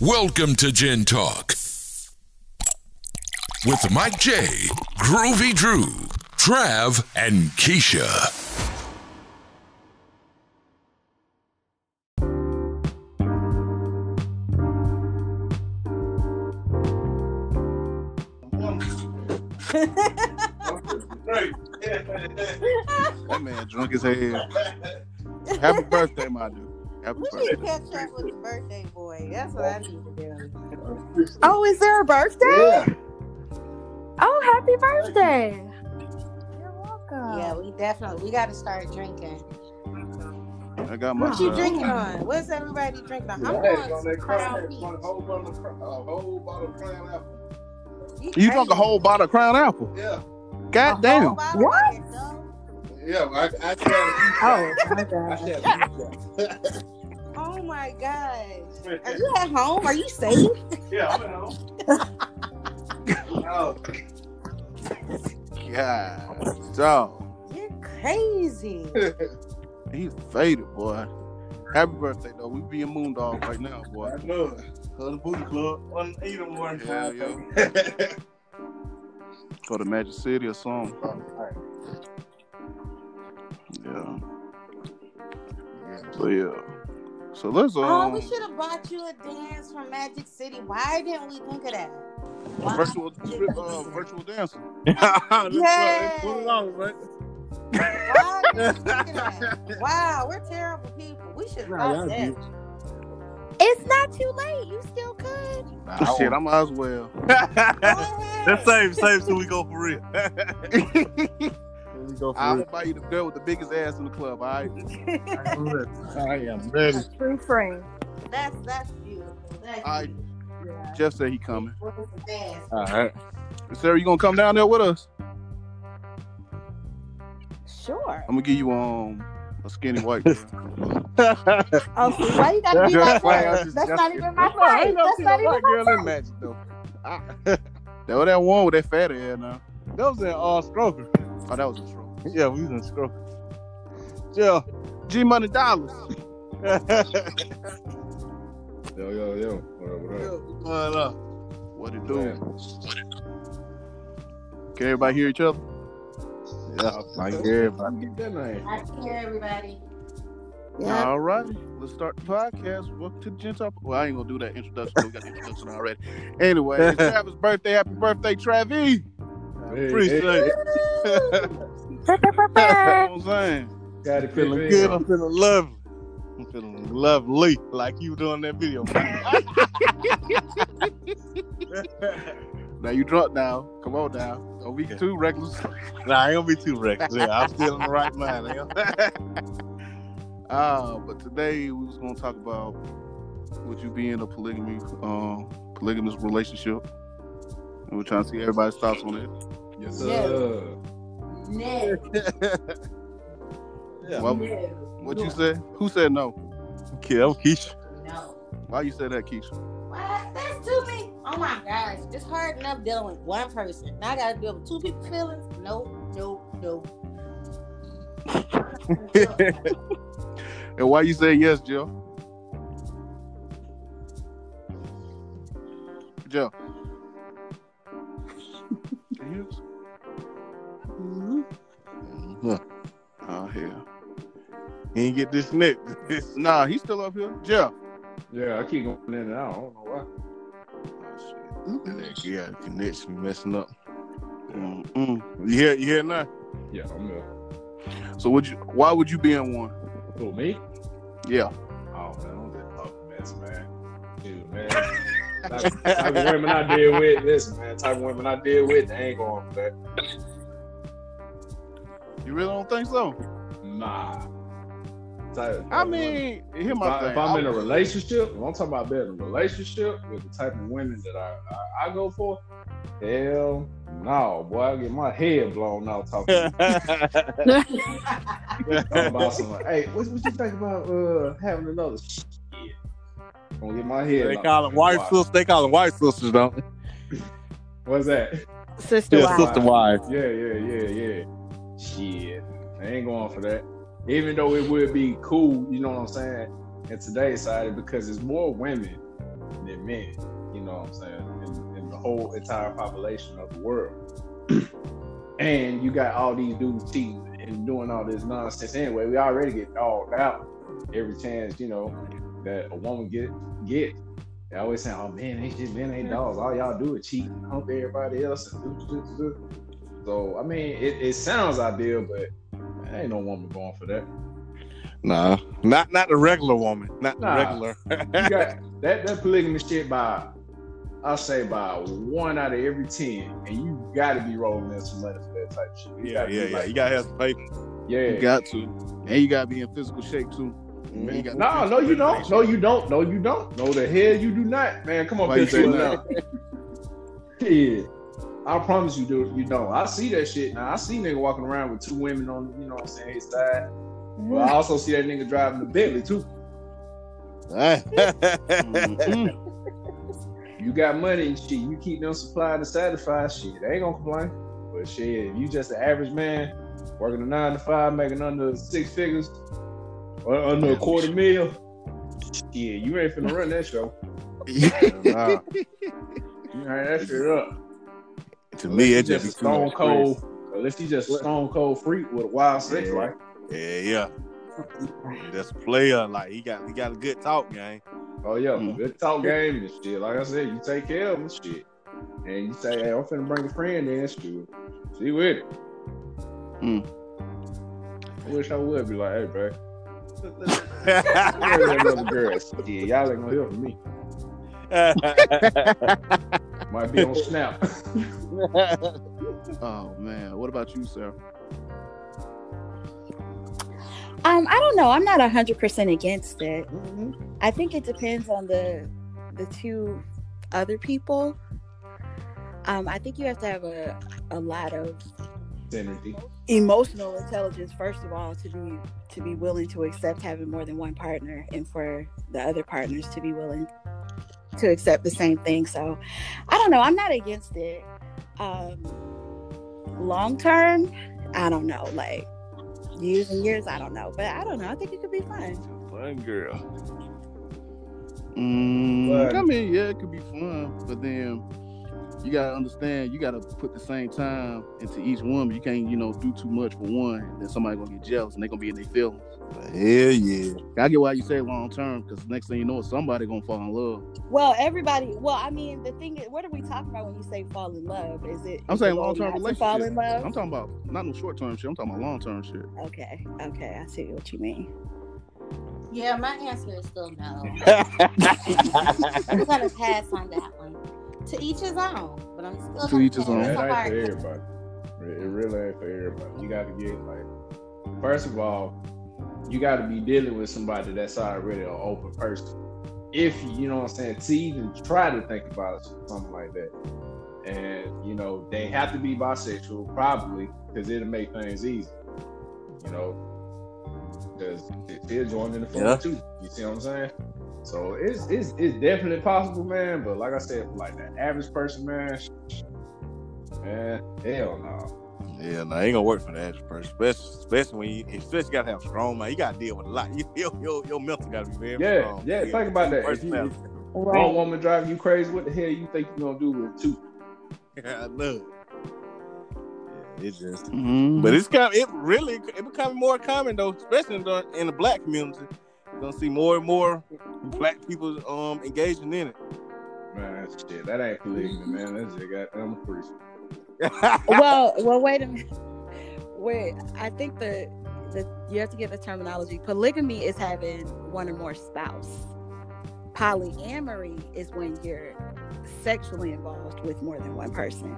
Welcome to Gin Talk with Mike J, Groovy Drew, Trav, and Keisha. That man drunk as hell. Happy birthday, my dude. Happy We need to birthday. catch up with the birthday boy. That's what I need to do. Oh, is there a birthday? Yeah. Oh, happy birthday! You're Yeah, welcome. we definitely we got to start drinking. I got my uh, What you son. drinking on? What's everybody drinking on? I'm I had on on that Crown crown, Peach. one whole bottle of Crown- a whole bottle of Crown apple. You drunk a whole bottle of Crown Apple. Yeah, God damn. What? yeah. I, I tried. Oh my I god. tried. to do that. Oh my gosh. Are you at home? Are you safe? yeah, I know. Oh, God. So, You're crazy. he's faded, boy. Happy birthday, though. We be a moon dog right now, boy. I know it. Cause the booty club, one eat 'em one Hell time. yeah. Go to Magic City or something. Yeah. So, yeah. So, let's, Oh, we um, should have bought you a dance from Magic City. Why didn't we think of that? Why? virtual, uh, virtual dancing. uh, Yes. right? Why didn't we think of that? Wow, we're terrible people. We should Nah, y'all stop that. It's not too late. You still could. Nah, shit, I might as well. That's save till we go for real. Here we go I'm gonna buy you the girl with the biggest ass in the club, all right? I am ready. True friend. That's that's beautiful. That's All right. beautiful. Yeah. Jeff said he coming. What's the dance? All right. Sarah, you gonna come down there with us? Uh, Sure. I'm gonna give you um a skinny white. girl. Oh, see, why you gotta be like that? That's not even my fight. That's not even. girl in magic though. that was that one with that fat ass now. That was in all uh, Stroker. Oh, that was a troll. Yeah, we was in Stroker. Yeah. G Money Dollars. Yo, yo, yo. What up, what up? What it do? Can everybody hear each other? Yeah, like everybody. Get that name. I can hear everybody. All right. Let's start the podcast. Welcome to the Gentile. Well, I ain't gonna do that introduction. We got the introduction already. Anyway, it's Travis' birthday. Happy birthday, Travis. Appreciate it. That's what I'm saying. Got it Feeling good. I'm feeling lovely. I'm feeling lovely, like you doing that video. Now you drunk now. Come on now. A week two reckless. nah, I ain't gonna be too reckless. Yeah, I'm still in the right mind. yeah. Ah, but today we was gonna talk about would you be in a polygamy, um, polygamous relationship? And we're trying to see everybody's thoughts on it. uh, Yes, sir. No. Yeah. Well, No. What you said? Who said no? Okay, I'm Keisha. No. Why you said that, Keisha? What? That's too many. Oh my gosh, it's hard enough dealing with one person. Now I gotta deal with two people feelings. No, no, no. And why you said yes, Joe? Joe. Can you hear us? Oh yeah. He ain't get this neck. Nah, he's still up here. Jeff. Yeah, I keep going in and out. I don't know why. yeah, connection be messing up. Mm-mm. You hear? You hear now? Yeah, I'm here. So would you? Why would you be in one? Who, me? Yeah. Oh, man, I'm just up mess, man. Dude, man. type, type of women I deal with, listen, man. Type of women I deal with, they ain't going for that. You really don't think so? Nah. Type, I mean, hear if, my I, thing. if I'm in a relationship, if I'm talking about being in a relationship with the type of women that I, I, I go for, hell no, boy, I get my head blown out talking talking about someone. Hey, what, what you think about uh, having another shit? I'm gonna get my head. they knocked call them in. white Why? sisters. They call them white sisters, don't they? What's that? Sister Yeah, wife. sister wife. Yeah, yeah, yeah, yeah. Shit, I ain't going for that. Even though it would be cool, you know what I'm saying, in today's society, because it's more women than men. You know what I'm saying? In, in the whole entire population of the world. and you got all these dudes cheating and doing all this nonsense anyway. We already get dogged out every chance, you know, that a woman get get. They always saying, "Oh man, they just men ain't dogs. All y'all do is cheat and hump everybody else." and do, do, do, do." So I mean, it, it sounds ideal, but man, ain't no woman going for that. Nah, not not the regular woman, not Nah. the regular. You got that that polygamy shit by, I say by one out of every ten, and you got to be rolling in some money for that type of shit. You Yeah, gotta be yeah, yeah. like- You gotta have some paper. yeah. You got to. And you got to be in physical shape, too. Mm-hmm. Man, you gotta be No, in no, you physical don't. No, you don't. No, you don't. No, the hell you do not, man. Come on, Why you bitch, say you no? Yeah, I promise you, do you don't. I see that shit now. I see nigga walking around with two women on, you know what I'm saying, his side. But I also see that nigga driving the Bentley too. Mm-hmm. Mhm. You got money and shit. You keep them supplied and satisfied. Shit, they ain't gonna complain. But shit, if you just an average man working a nine to five, making under six figures or under a quarter mil, yeah, you ain't finna run that show. Nah. You ain't that shit up. to me, it He's just a just be too stone much cold. Unless he's just a stone cold freak with a wild sex Yeah. life. stress. Yeah, yeah. That's a player. Like he got he got a good talk, gang. Oh yeah, Mm. good talk game and shit. Like I said, you take care of him and shit. And you say, hey, I'm finna bring a friend in, shoot. She with it. Mm. I wish I would be like, hey, bro. Marry that other girl. Yeah, y'all ain't gonna hear from me. Might be on snap. Oh, man. What about you, sir? Um, I don't know. I'm not hundred percent against it. I think it depends on the the two other people. Um, I think you have to have a a lot of Synergy. emotional intelligence first of all to be to be willing to accept having more than one partner and for the other partners to be willing to accept the same thing so i don't know i'm not against it um long term i don't know like years and years i don't know but i don't know i think it could be fun Fun girl. Mm, Fun. I mean, yeah, it could be fun, but then you gotta understand, you gotta put the same time into each woman. You can't, you know, do too much for one, and then somebody gonna get jealous and they gonna be in their feelings. Hell yeah. I get why you say long term, because next thing you know, somebody gonna fall in love. well everybody well i mean the thing is what are we talking about when you say fall in love is it I'm is saying the goal long-term not to fall in relationship. love I'm talking about not no short term shit. I'm talking about long term shit. okay okay i see what you mean Yeah, my answer is still no. I'm gonna pass on that one. To each his own, but I'm still To gonna each his pass. own. It's a That ain't hard for pass. everybody. It it really ain't for everybody. You gotta get like first of all, you gotta be dealing with somebody that's already an open person. If you know what I'm saying, to even try to think about something like that. And you know, they have to be bisexual, probably, because it'll make things easy. You know, because they're joining the phone Yeah. too. You see what I'm saying? So it's it's it's definitely possible, man. But like I said, for like the average person, man, Man, hell no. Yeah, no, ain't gonna work for the average person, especially, especially when you, especially you gotta have strong mind. You gotta deal with a lot. You, your, your, your mental gotta be very Yeah, strong. yeah, think about that. If you- Personality. One woman driving you crazy, what the hell you think you gonna do with two? Yeah, I love. it. Yeah, it's just, Mm-hmm. but it's kind. It really it becoming more common though, especially in the, in the black community. You're gonna see more and more black people um engaging in it. Man, shit, that ain't polygamy, man. That's just goddamn crazy. well, well, wait a minute. Wait, I think the the you have to get the terminology. Polygamy is having one or more spouse. Polyamory is when you're sexually involved with more than one person.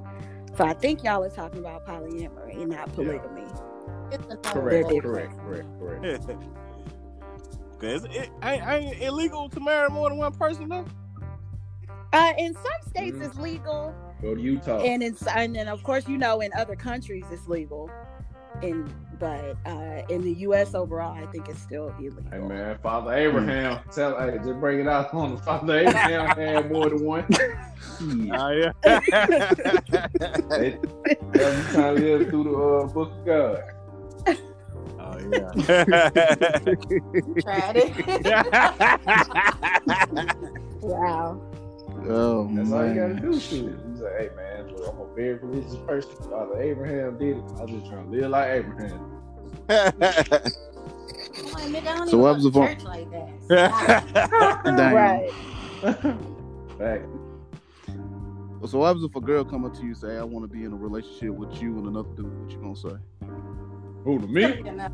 So I think y'all are talking about polyamory and not polygamy. It's a no. Correct, They're correct, correct, correct. Cause it ain't, ain't illegal to marry more than one person though. Uh, in some states, Mhm. it's legal, Go to Utah. and in and then of course you know in other countries it's legal, and but uh, in the U.S. overall, I think it's still illegal. Hey man, Father Abraham, tell hey, just bring it out on the Father Abraham had more than one. Shit. Oh yeah. They- Every time we live through the uh, book of God. oh yeah. Tried it. Wow. Oh That's all you gotta man. do. Shoot. He's like, hey man, look, I'm a very religious person. Father Abraham did it. I'm just trying to live like Abraham. I'm like, nigga, I don't even So what go was to the phone- church like that. Dang. Right. Fact. So what happens if a girl come up to you and say, "I want to be in a relationship with you and another dude"? What you gonna say? Who to me? Stop.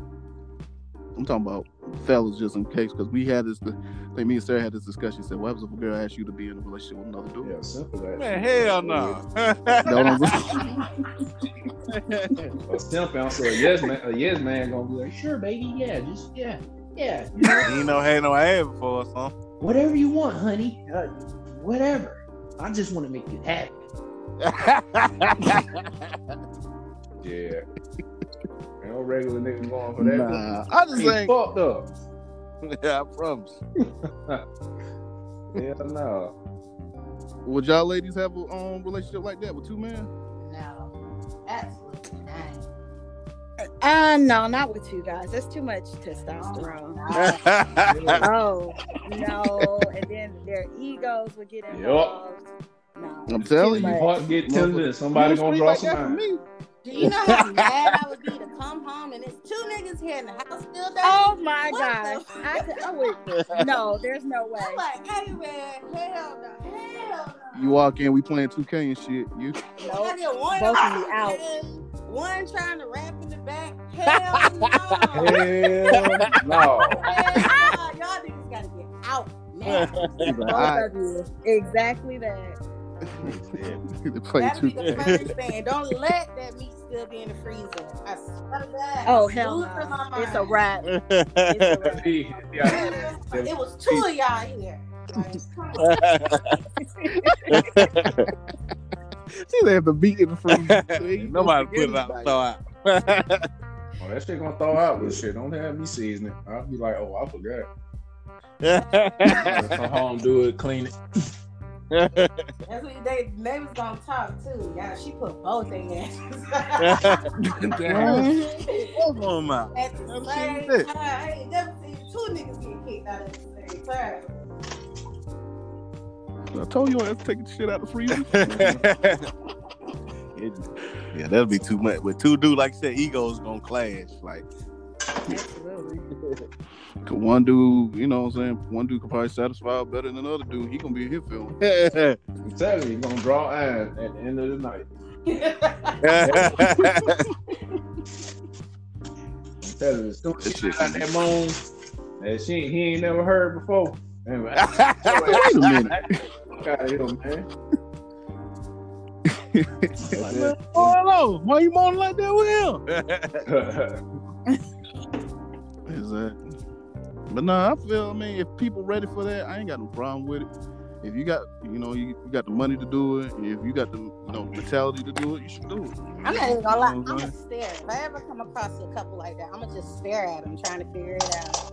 I'm talking about fellas, just in case, because we had this. The, I think me and Sarah had this discussion. Said, "What happens if a girl asks you to be in a relationship with another dude?" Yeah, simple that. Man, shit. hell no. Know what I'm saying? A simple answer. A yes man. A yes man gonna be like, sure, baby, yeah, just yeah, yeah. you ain't no had no ass before or something. whatever you want, honey. Uh, whatever. I just want to make you happy. Yeah. Ain't no regular nigga going for that. nah, I just He think fucked up. yeah, I promise. Yeah, no. would y'all ladies have a um, relationship like that with two men? no, absolutely not. Uh, no, not with you guys. That's too much testosterone. No. oh no! And then their egos would get involved. No. I'm telling Right. you. You fuck get tempted, somebody Somebody gonna draw some line. Do you know how mad I would be to come home and it's two niggas here in the house still dirty? Oh my What gosh! the- I, could, I would. No, there's no way. I'm like, hey man, hell no, hell no. You walk in, we playing 2K and shit. You I get one Both of on you the out. end, One trying to rap in the back. Hell no. Hell no. Hell no. Y'all niggas gotta get out now. He's like, Both "All right." of you. Exactly that. They play That'll be 2K. the first thing. Don't let that meat still be in the freezer. I swear to God. Oh hell Lose my no! mind. It's a wrap. It's a yeah, wrap. See, yeah. It was two of y'all here. Like, come on. See, they have to beat in the front. Nobody put it out. So out. Oh, that shit gonna throw out with shit. Don't have me seasoning. I'll be like, oh, I forgot. Gotta Come home, do it, clean it. That's what they neighbors gonna talk too. Yeah, she put both in asses Both of 'em out. at the Never same seen this. time. I ain't never seen two niggas get kicked out at the same time. I told you I have to take the shit out of the freezer. It- yeah, that'd be too much. With two dude, like you said, egos gonna clash. Like, Absolutely. 'Cause one dude, you know what I'm saying? One dude could probably satisfy better than another dude. He gonna be in his feeling. I'm telling you, you're gonna draw eyes at the end of the night. yeah, I'm telling you, as soon as That she shit- got that moan that she he ain't never heard before. Anyway, Wait a minute. out of here, man. That's it. hello. Why you moaning like that with him? Exactly. But nah, I feel. I mean, if people ready for that, I ain't got no problem with it. If you got, you know, you, you got the money to do it. If you got the, you know, mentality to do it, you should do it. I'm not even gonna lie. I'm You know what gonna I'm stare. If I ever come across a couple like that, I'm gonna just stare at them, trying to figure it out.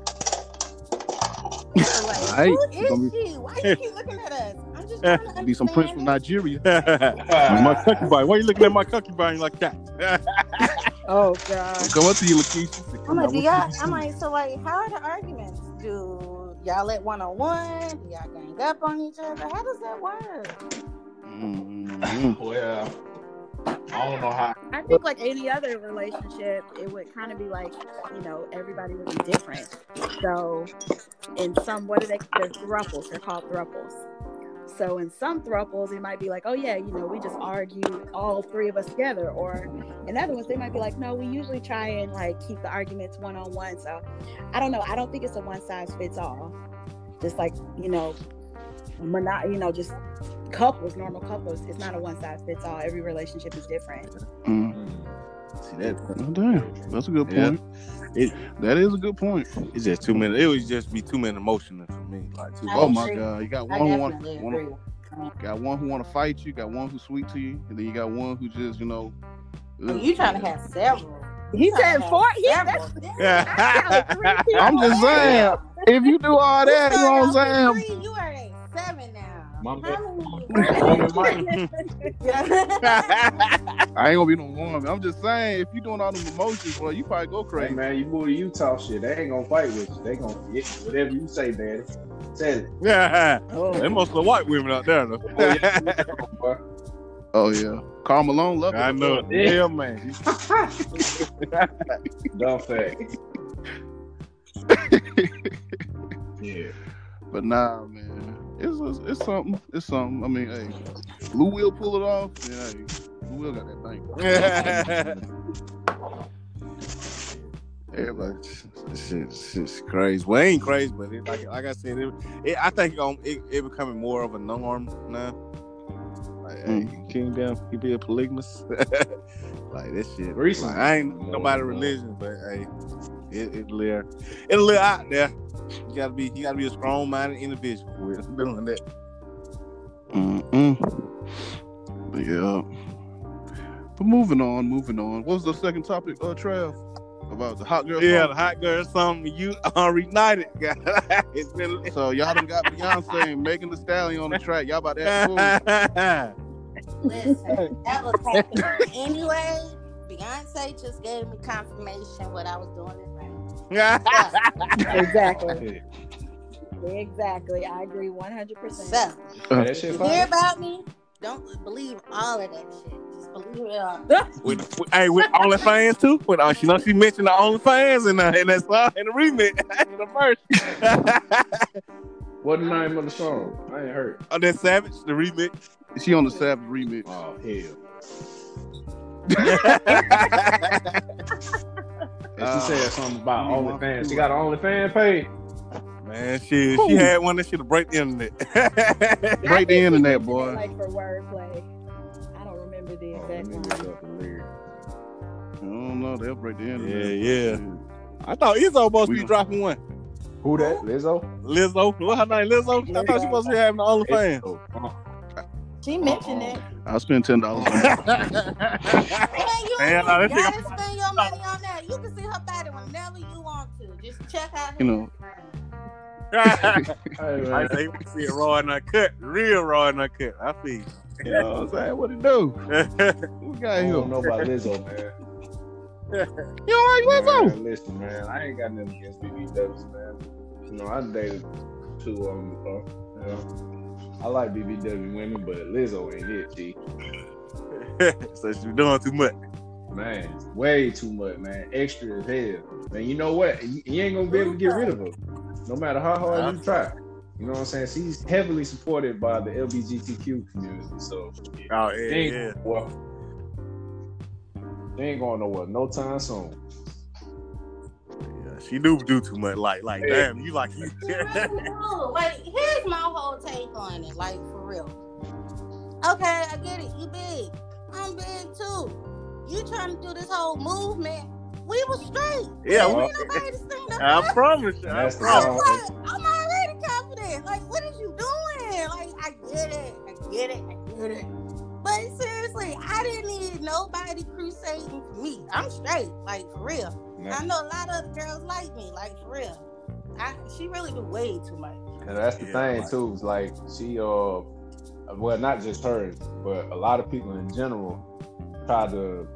like, Right. who It's gonna is she? Why you keep looking at us? I'm just trying to saying? understand. Be some prince from Nigeria. my concubine. Why you looking at my concubine like that? Oh god. Come up to you, Lakeisha. I'm like, do y'all, I'm like, so like, how are the arguments? Do y'all at one on one? Do y'all gang up on each other? How does that work? Mhm. well, I don't know how. I think like any other relationship, it would kind of be like, you know, everybody would be different. So in some what are they they're thruples, they're called thruples. So in some thruples, it might be like, oh yeah, you know, we just argue all three of us together. Or in other ones, they might be like, no, we usually try and like keep the arguments one on one. So I don't know. I don't think it's a one size fits all. Just like you know, mono- you know, just couples, normal couples. It's not a one size fits all. Every relationship is different. Mm. See that? Oh, damn, that's a good Yeah. point. That is a good point. It's just too many. It would just be too many emotional for me. Like too. I Oh my agree. god, you got I one who want, definitely one- agree. Mm-hmm. got one who want to fight you, got one who's sweet to you, and then you got one who just you know. I mean, ugh. Oh, you trying to have several? He You said tryna have four. He, several. that's, Oh, I counted three Yeah. people. I'm just saying, if you do all that, you know what I'm saying. Three, you are at seven now. My bad. Hallelujah. I ain't gonna be no woman. I'm just saying, if you doing all them emotions, boy, you probably go Hey crazy. man, you move to Utah shit. They ain't gonna fight with you. They gonna get you. whatever you say, man. Tell it. Yeah, they Oh, mostly white women out there. Though. Oh, yeah. Boy. Oh yeah, Carl Malone, love I it. know. it. Yeah. Yeah, man. Dumb fact. yeah. But nah, man, it's, it's it's something. It's something. I mean, hey, Blue Will pull it off. Yeah, hey, Blue Will got that thing. Everybody, shit, shit's crazy. well, it ain't crazy, but it, like, like I said, it, it, I think um, it, it becoming more of a norm now. Like, hey, King down, Mm, you be a polygamous. like this shit. Recently. Like, I ain't nobody religion, but hey, it, it live, it live out there. You gotta be, you gotta be a strong-minded individual with doing that. Mm-mm. But yeah. But moving on, moving on. What was the second topic, uh, Trav? About the hot girl. Yeah, summer? the hot girl, something you are reunited. it's been. So y'all done got Beyonce and Megan Thee Stallion on the track. Y'all about to have food. yeah, Listen, that was happening anyway. Beyonce just gave me confirmation what I was doing is right. exactly. Yeah. Exactly. I agree 100%. So, Hey, that shit you hear fire. about me? Don't believe all of that shit. Just believe it all. with, with, hey, with OnlyFans too. With uh, you know, she mentioned the OnlyFans and uh, and that song in the remix in the first. What the name of the song? I ain't heard. oh, that Savage, the remix. She on the Savage remix. Oh hell. And she Uh, said something about you want OnlyFans. to- She got an OnlyFans page. Man, she she had one that should break the internet. Break the internet, boy. Like for wordplay. I don't remember the Oh, let exact me line. look up and read. I don't know. They'll break the yeah, internet. yeah. I thought Izzo supposed to We be gon- dropping one. Who that? Lizzo? Lizzo, what her name? Lizzo. I thought she supposed to be having the OnlyFans. Oh, uh, She mentioned it. I'll spend ten dollars. on it. Man, you Man, I ain't think gotta spend your money on that. You can see her body whenever you want to. Just check out. You know. Hey, I man. say we see it raw and uncut, real raw and uncut. I see. You know what I'm saying? What it do? What we I got here? don't know about Lizzo, man. You all right, Lizzo? Man, listen, man, I ain't got nothing against BBWs, man. You know, I dated two of them before. You know, I like BBW women, but Lizzo ain't it, G. so she's doing too much. Man, way too much, man. Extra as hell. Man, you know what? You, you ain't gonna be able to get rid of her, no matter how hard you try. You know what I'm saying? She's heavily supported by the LGBTQ community, so yeah. Oh They yeah, ain't yeah. going nowhere. They ain't going nowhere no time soon. Yeah, She do do too much. Like, like, Yeah. damn, you like you. Wait, here's my whole take on it. Like for real. Okay, I get it. You big. I'm big too. You trying to do this whole movement? We was straight. yeah, Well, we, Ain't nobody to say nothing. I promise you. I That's the promise. I'm song. like, I'm already confident. Like, what is you doing? Like, I get it. I get it. I get it. But seriously, I didn't need nobody crusading for me. I'm straight. Like, for real. Nah, I know a lot of other girls like me. Like, for real. I, she really do way too much. And that's the Yeah, thing like- too. Is like she, uh, well, not just her, but a lot of people in general try to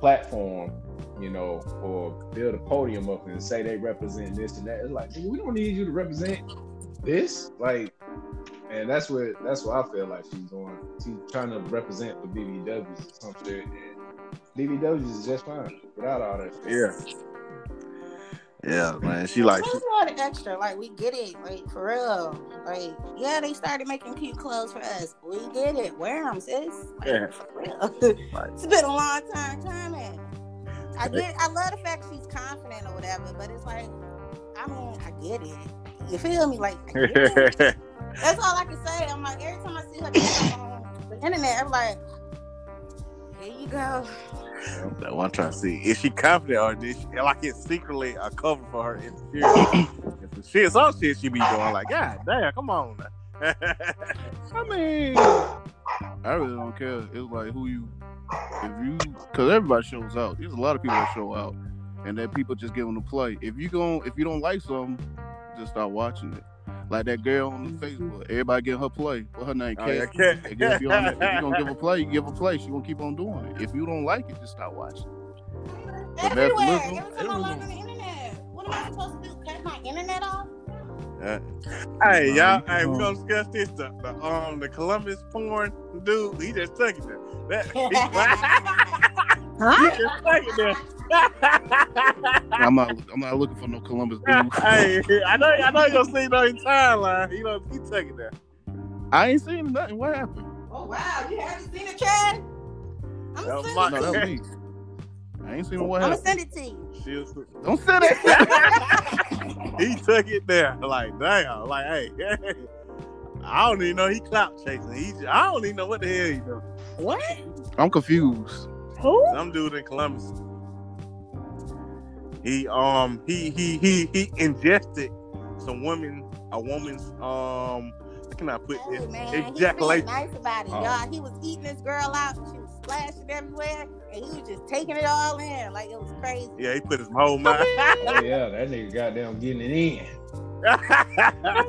platform, you know, or build a podium up and say they represent this and that. It's like nigga, we don't need you to represent this. Like, and that's what that's what I feel like she's doing. She's trying to represent the BBWs or some shit. And BBWs is just fine without all that. Shit. Yeah. Yeah, man. She like. Who's all the extra? Like, we get it. Like, for real. Like, yeah, they started making cute clothes for us. We get it. Wear them, sis. Like, Yeah. For real. it's been a long time coming. I get. I love the fact she's confident or whatever, but it's like, I mean, I get it. You feel me? Like, I get it. that's all I can say. I'm like, every time I see her on the internet, I'm like, here you go. That's what I'm trying to see. Is she confident or did she like it's secretly a cover for her insecurity? If the shit, some shit she be doing like, God damn, come on. now." Oh, I mean, I really don't care. It's like who you, if you, because everybody shows out. There's a lot of people that show out, and then people just give them a play. If you go, if you don't like something, just stop watching it. Like that girl on Facebook, everybody give her play. What her name? Oh, Kat. yeah, Cat. If you- if you on it- if you gonna give a play, you give a play. She gonna keep on doing it. If you don't like it, just stop watching. that's Everywhere. little- Every time I log on the internet. What am I supposed to do? Cut my internet off? Uh, Hey, y'all. Hey, we gonna discuss this. The, the um, the Columbus porn dude. He just took it. there. That he, he Huh? just took it there. I'm not. I'm not looking for no Columbus dude. hey, I know. I know you gonna see it on his timeline. He know he took it there. I ain't seen nothing. What happened? Oh wow, you haven't seen it, Chad? I'm That gonna might- No, send it. that was me. I ain't seen what I'm gonna happened. send it to you. She was- Don't say that. he took it there. Like, damn. Like, hey. I don't even know he clout chasing. He, j- I don't even know what the hell he doing. What? I'm confused. Who? Some dude in Columbus. He um he he he he ingested some woman a woman's um I cannot put this Oh, man, ejaculate. He was being nice about it, Oh. y'all. He was eating this girl out. She was splashing everywhere, and he was just taking it all in, like it was crazy. Yeah, he put his whole mind. Oh yeah, that nigga goddamn getting it in. I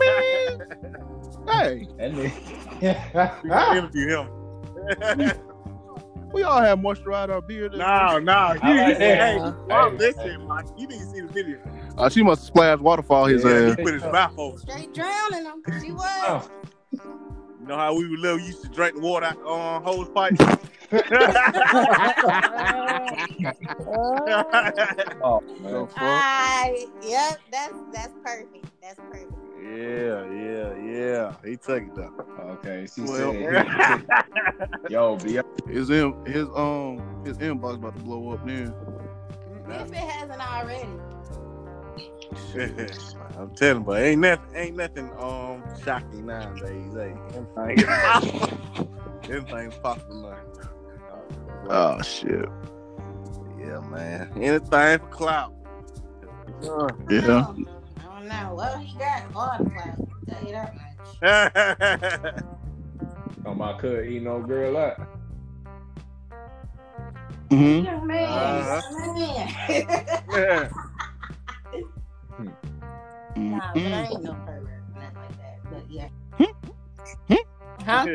Hey, That nigga. interview him. we all have moisturized our beard. no, no, you, I like that. hey, oh, Hey, hey. listen, Mike, you didn't see the video. Uh, she must have splashed waterfall his Yeah. ass. He put his mouth over. Straight drowning him. She was. Oh. You know how we were little, we used to drink the water out on hose pipe. oh So man. fuck. I. Yep. That's that's perfect. That's perfect. yeah, yeah, yeah. He took it though. Okay, she Well, said, "Yo, be His in, his um his inbox about to blow up. Then If it hasn't already. I'm telling, but ain't nothing, ain't nothing um shocking nowadays. Hey, them things- them things popping up. oh shit. Yeah, man. Anything for clout. Yeah. I don't know. Well, he got all the class. I'll Tell you that much. on my could eat no girl up." hmm You're a man. Uh-huh. You're a man. Nah, Mm-hmm. but I ain't no pervert, nothing like that. But yeah. Huh?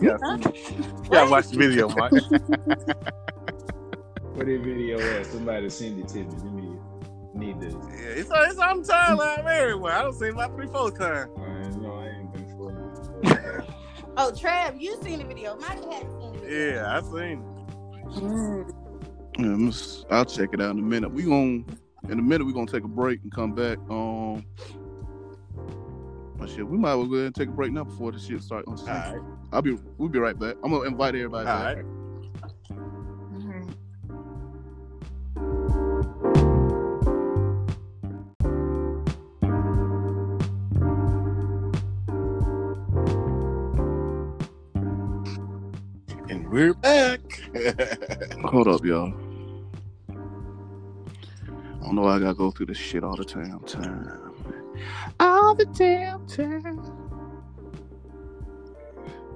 yeah, yeah. Watch the video, Mike. What that video at? Somebody send it to me. Let me need this. Yeah, it's on, it's on timeline everywhere. I don't see my three, four times. Man, no, I ain't been for Oh, Trav, you seen the video. Mike hadn't seen the video. Yeah, I seen. it. Yeah, I'm s- I'll check it out in a minute. We gon' in a minute we gonna take a break and come back. Um, but shit, we might as well go ahead and take a break now before this shit start. All right. I'll be we'll be right back. I'm gonna invite everybody. All back. right. And we're back. Hold up, y'all. I don't know why I gotta go through this shit all the damn time. All the damn time.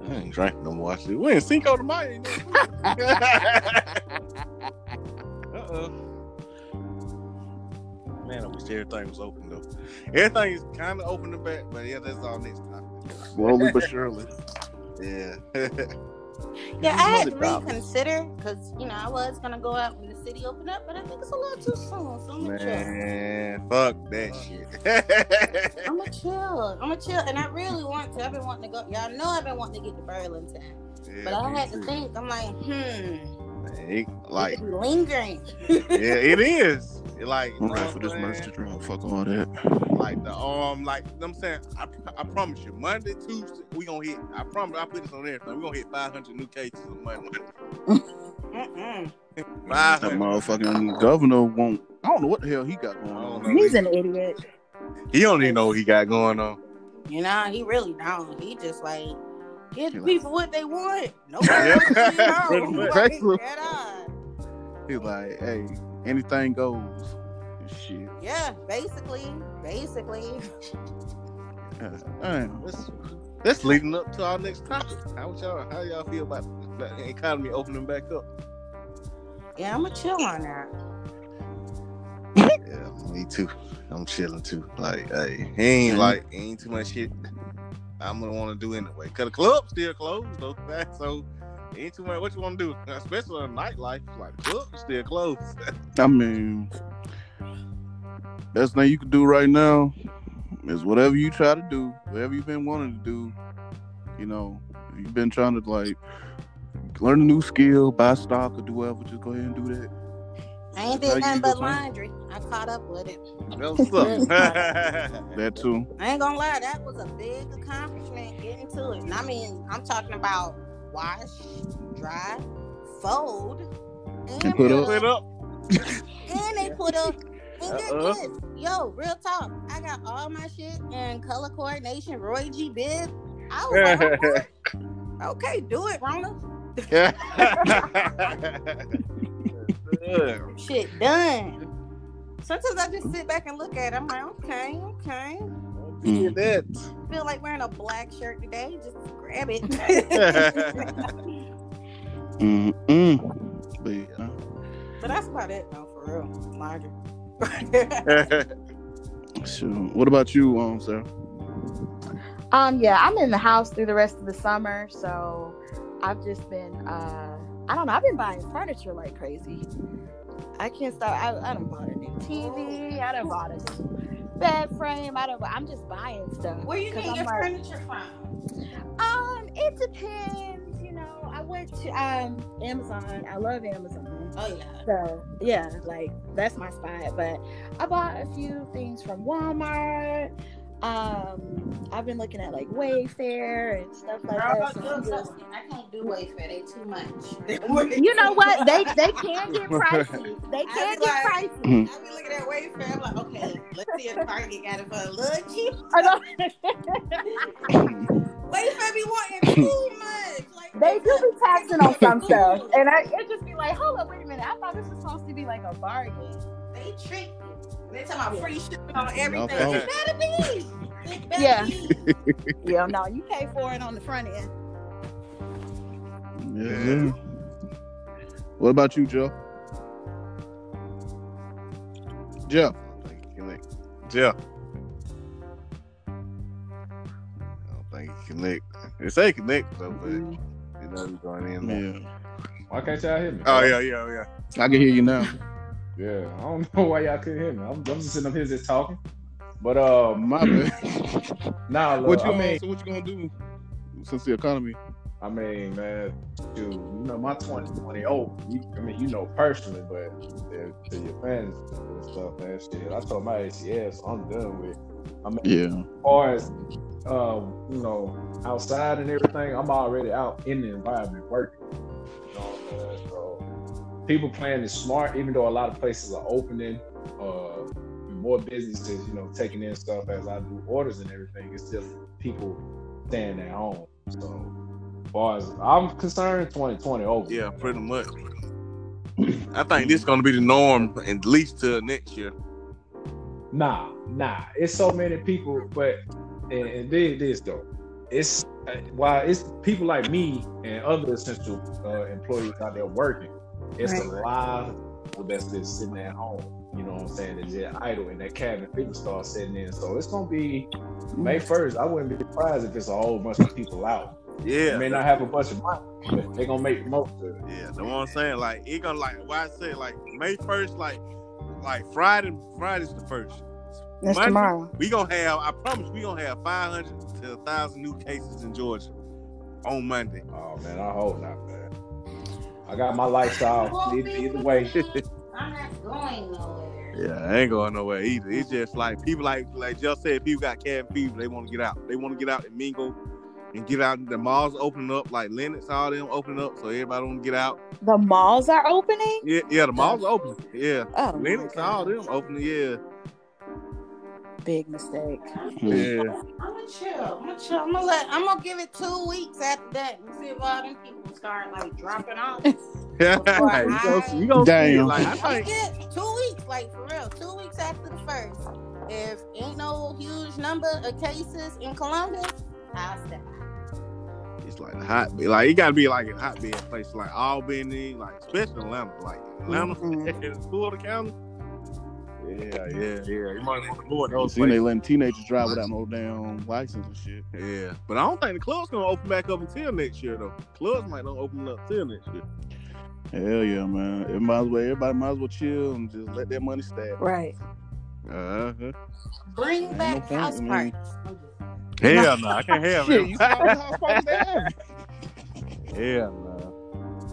I ain't drank no more. I said, we ain't Cinco de Mayo. ain't no- Uh-oh. Man, I wish everything was open though. Everything is kind of open the back, but yeah, that's all next time. Slowly but surely. Yeah. Yeah, I had to Another problem. reconsider because, you know, I was going to go out when the city opened up, but I think it's a little too soon. So I'm going to chill. Man, fuck that shit. I'm going to chill. I'm going to chill. And I really want to. I've been wanting to go. Y'all know I've been wanting to get to Burlington. But Yeah, I me had to too. think. I'm like, hmm. Man, it- Like, like, lingering. yeah, it is. Like, you I'm know ready what for this I'm saying? monster drink. Fuck all that. like the um like you know what I'm saying I, I promise you Monday Tuesday we gonna hit I promise I put this on everything we gonna hit 500 new cases a month Mm-mm. That 500 motherfucking governor won't. I don't know what the hell he got going I don't on. know. He's an idiot. he don't even know what he got going on You know, he really don't. He just like give He the like- people what they want. Nobody Yeah. else is Pretty wrong. much. Like, Exactly. dead on. He's like, hey, anything goes. And shit. Yeah, basically, basically. Yeah. Damn. that's, that's leading up to our next topic how would y'all how y'all feel about, about the economy opening back up Yeah, I'm gonna chill on that. yeah Yeah, me too. I'm chilling too. Like, hey, he ain't like he ain't too much shit. I'm gonna want to do anyway. Cause the club's still closed though. So ain't too much. What you want to do, especially in nightlife? Like, the club's still closed. I mean, best thing you can do right now is whatever you try to do, whatever you've been wanting to do. You know, if you've been trying to like learn a new skill, buy stock, or do whatever. Just go ahead and do that. I ain't How did you nothing go, but son? laundry. I caught up with it. That's what's up. That too. I ain't gonna lie, that was a big accomplishment getting to it. And I mean, I'm talking about wash, dry, fold, and, And put up. Put up. And they put up. And get Uh-uh. this, yo, real talk. I got all my shit in color coordination. Roy G. Biv. I was like, "Oh okay, do it, Rona. Yeah. Shit done. Sometimes I just sit back and look at it. I'm like, okay, okay. Look at that. Feel like wearing a black shirt today. Just grab it. Mm-mm. But yeah, but that's about it, though, for real. Laundry. sure. What about you, um, sir? Um, yeah, I'm in the house through the rest of the summer, so I've just been uh I don't know, I've been buying furniture like crazy. I can't stop I, I done bought a new TV, I done bought a new bed frame, I don't I'm just buying stuff. Where you 'cause getting I'm your like, furniture from? Um, it depends, you know. I went to um Amazon. I love Amazon. Oh yeah. So yeah, like that's my spot. But I bought a few things from Walmart. Um, I've been looking at like Wayfair and stuff like that. So I'm just- I can't do Wayfair. They too much. you know what? They they can get pricey. They I can be get like- pricey. I be looking at Wayfair. I'm like, okay, let's see if Target got it for a little cheap. I know. Wayfair be wanting too much. Like they do be taxing on some stuff, and I it just be like, hold up, wait a minute. I thought this was supposed to be like a bargain. They trick you. They talking about free shipping on everything. No It better be. It better Yeah. be. Yeah, no, you pay for it on the front end. Yes, sir. What about you, Joe? Jeff. I don't think he connect. Jeff. I don't think he connect. It say connect though, but you know he's going in. there. Yeah. Why can't y'all hear me? Oh yeah, yeah, yeah. I can hear you now. Yeah, I don't know why y'all couldn't hear me. I'm, I'm just sitting up here just talking. But uh, My my bad. nah, look, what you I mean, gonna, so what you gonna do? Uh, Since the economy. I mean, man, dude, you know my 2020. Oh, you, I mean, you know personally, but to, to your fans and stuff, man, shit. I told my ACS, I'm done with. it. I mean, Yeah. as far as um, you know, outside and everything, I'm already out in the environment working. You know what I'm saying? So people playing is smart, even though a lot of places are opening, uh more businesses, you know, taking in stuff as I do orders and everything. It's just people staying at home. So as far as I'm concerned, 2020 over. Yeah, pretty much. I think this is gonna be the norm at least till next year. Nah, nah. It's so many people, but and, and this, this though, it's uh, why it's people like me and other essential uh, employees out there working. It's a lot of people that's just sitting at home. You know what I'm saying? It's just idle in that cabin. People start sitting in, so it's gonna be May first. I wouldn't be surprised if it's a whole bunch of people out. They Yeah. may not have a bunch of money, but they gonna make the most of it. Yeah, that's what I'm saying. Like it gonna like why I say like May first, like like Friday Friday's the first. That's Monday- tomorrow. We gonna have I promise we gonna have five hundred to thousand new cases in Georgia on Monday. Oh man, I hope not, man. I got my lifestyle. Either, either way, I'm not going nowhere. Yeah, I ain't going nowhere either. It's just like people like like just said, people got cabin fever. They want to get out. They want to get out and mingle and get out. The malls opening up, like Lennox, all them opening up, so everybody want to get out. The malls are opening. Yeah, yeah, the malls open. Yeah, Oh, my Lennox, God. all them opening. Yeah, big mistake. I'm yeah. gonna chill. I'm gonna chill. I'm gonna let. I'm gonna give it two weeks after that and see if all them people start like dropping off. you gonna, see- you gonna see it. Damn. Like, I think, Yeah, two weeks, like for real. Two weeks after the first. If ain't no huge number of cases in Columbus, I'll stop. it's like a hot. Like it gotta be like a hotbed place, like Mm-hmm. Albany, like especially Atlanta, like Atlanta, Mhm. Florida County. Yeah, yeah, yeah. You might want to go in You those seen they places. letting teenagers drive without no damn license and shit. Yeah, but I don't think the club's gonna open back up until next year though. Clubs might not open up till next year. Hell yeah, man. It might as well everybody might as well chill and just let that money stack. Right. Uh-huh. Bring Ain't back no house point, I mean- parties. Hell no, I can't have Shit, you it. saw the house party they having. Hell no.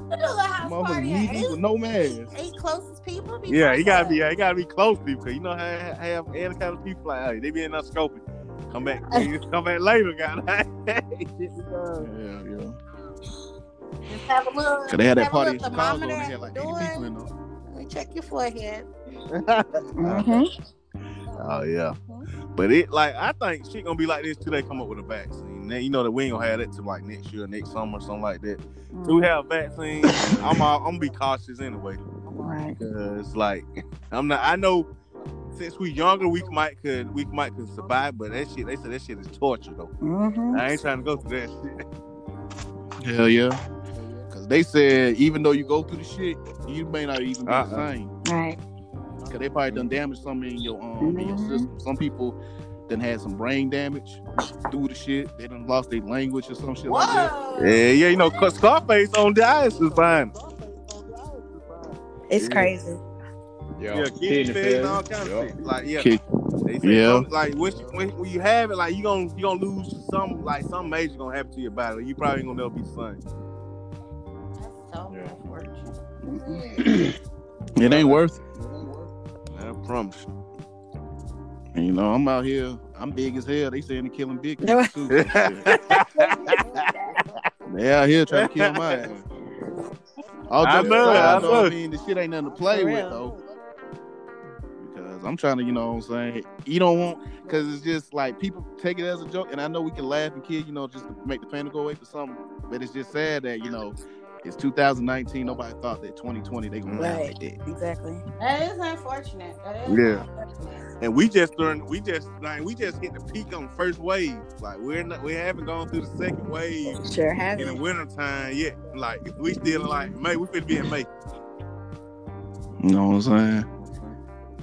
What is a house Motherfuckers party at? meeting with Eight, no mask. eight closest people. Be Yeah, you gotta fucked be. up. Yeah, you gotta be close to because you know how how- have any kind of people fly out. here. They be in there scoping. Come back. come back later, God. Yeah, Shit, yeah. Just have a little. Cause they had that have a party in little Chicago and they thermometer had at like the 80 door. people in there. Let me check your forehead. Mm-hmm. Oh yeah, but it like I think she gonna be like this till they come up with a vaccine. Now, you know that we ain't gonna have that till like next year, next summer, something like that. Till we have a vaccine, I'm all, I'm gonna be cautious anyway. Right. Cause like I'm not. I know since we younger, we might could we might could survive, but that shit they said that shit is torture though. Mm-hmm. I ain't trying to go through that shit. Hell yeah. Cause they said even though you go through the shit, you may not even be the Uh-uh. same. Right. Cause they probably done damaged something in your um in your Mhm. system. Some people done had some brain damage through the shit. They done lost their language or some shit like that. Whoa. Yeah, yeah, you know, cause Scarface on the ice is fine. It's Yeah. crazy. Yo, Yeah, kidney kidney failure, failure. and all kinds Yup. of shit. Like yeah, Kick. They say Yeah. some- like when you, when, when you have it, like you gonna you gonna lose some like some major gonna happen to your body. You probably ain't gonna never be the same. That's so Yeah. unfortunate. It ain't worth it. I promise. And, you know, I'm out here, I'm big as hell. They saying they're killing big No. people too. Shit. they out here trying to kill my ass. All I jokes know, aside, I you know what know. I mean, this shit ain't nothing to play For with real. though. Because I'm trying to, you know what I'm saying? You don't want because it's just like people take it as a joke, and I know we can laugh and kid, you know, just to make the pain go away for something. But it's just sad that, you know, it's 2019. Nobody thought that 2020 they gonna laugh Right. at that. Exactly. That is unfortunate. That is Yeah. unfortunate. And we just during we just like we just hit the peak on the first wave. Like we're not we haven't gone through the second wave Sure have in the it. wintertime yet. Like if we still in like May, we finna be in May. You know what I'm saying?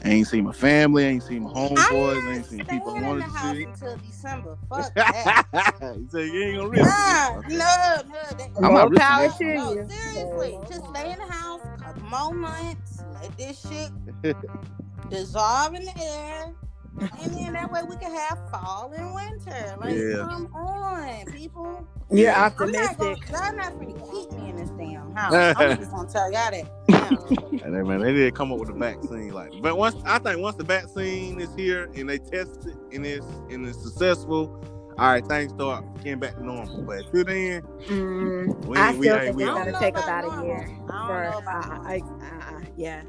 I ain't seen my family, I ain't seen my homeboys, I I'm ain't not seen staying people I in the wanted to house see. until December. Fuck that. you say you ain't gonna risk. nah, no, no. That, I'm not More risking power that. to no, you. seriously, just stay in the house a moment. Let this shit dissolve in the air, and then that way we can have fall and winter. Like, Yeah. come on, people. You're I'm not gonna. optimistic. Y'all not gonna keep me in this damn house. I'm just gonna tell y'all that. Now, And they, man, they did come up with a vaccine, like. But once I think once the vaccine is here and they test it and it's and it's successful, all right, things start getting back to normal. But till then, Mm, we I ain't- we still ain't think we it's I don't gonna ain't. know take about about a year. normal. I don't For, know uh, about normal. I, uh, uh, yeah,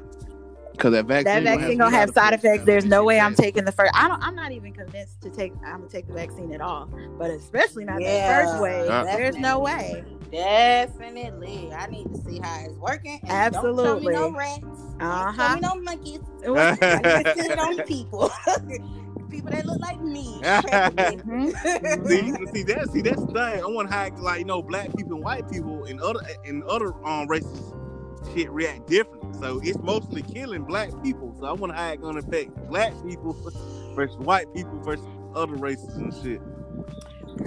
Cause that vaccine that vaccine gonna have side effects. There's no way I'm taking the first. I don't. I'm not even convinced to take. I'm gonna take the vaccine at all, but especially not Yeah, that first wave. Uh, There's no way. Definitely. I need to see how it's working. And Absolutely. Don't show me no rats. Don't show Uh-huh. me no monkeys. It was- I can see it on people. people that look like me. preferably. Mhm. See, you see that see that's the thing. I want how like you know black people and white people and other and other um races shit react differently. So it's mostly killing black people. So I want how it gonna affect black people versus white people versus other races and shit.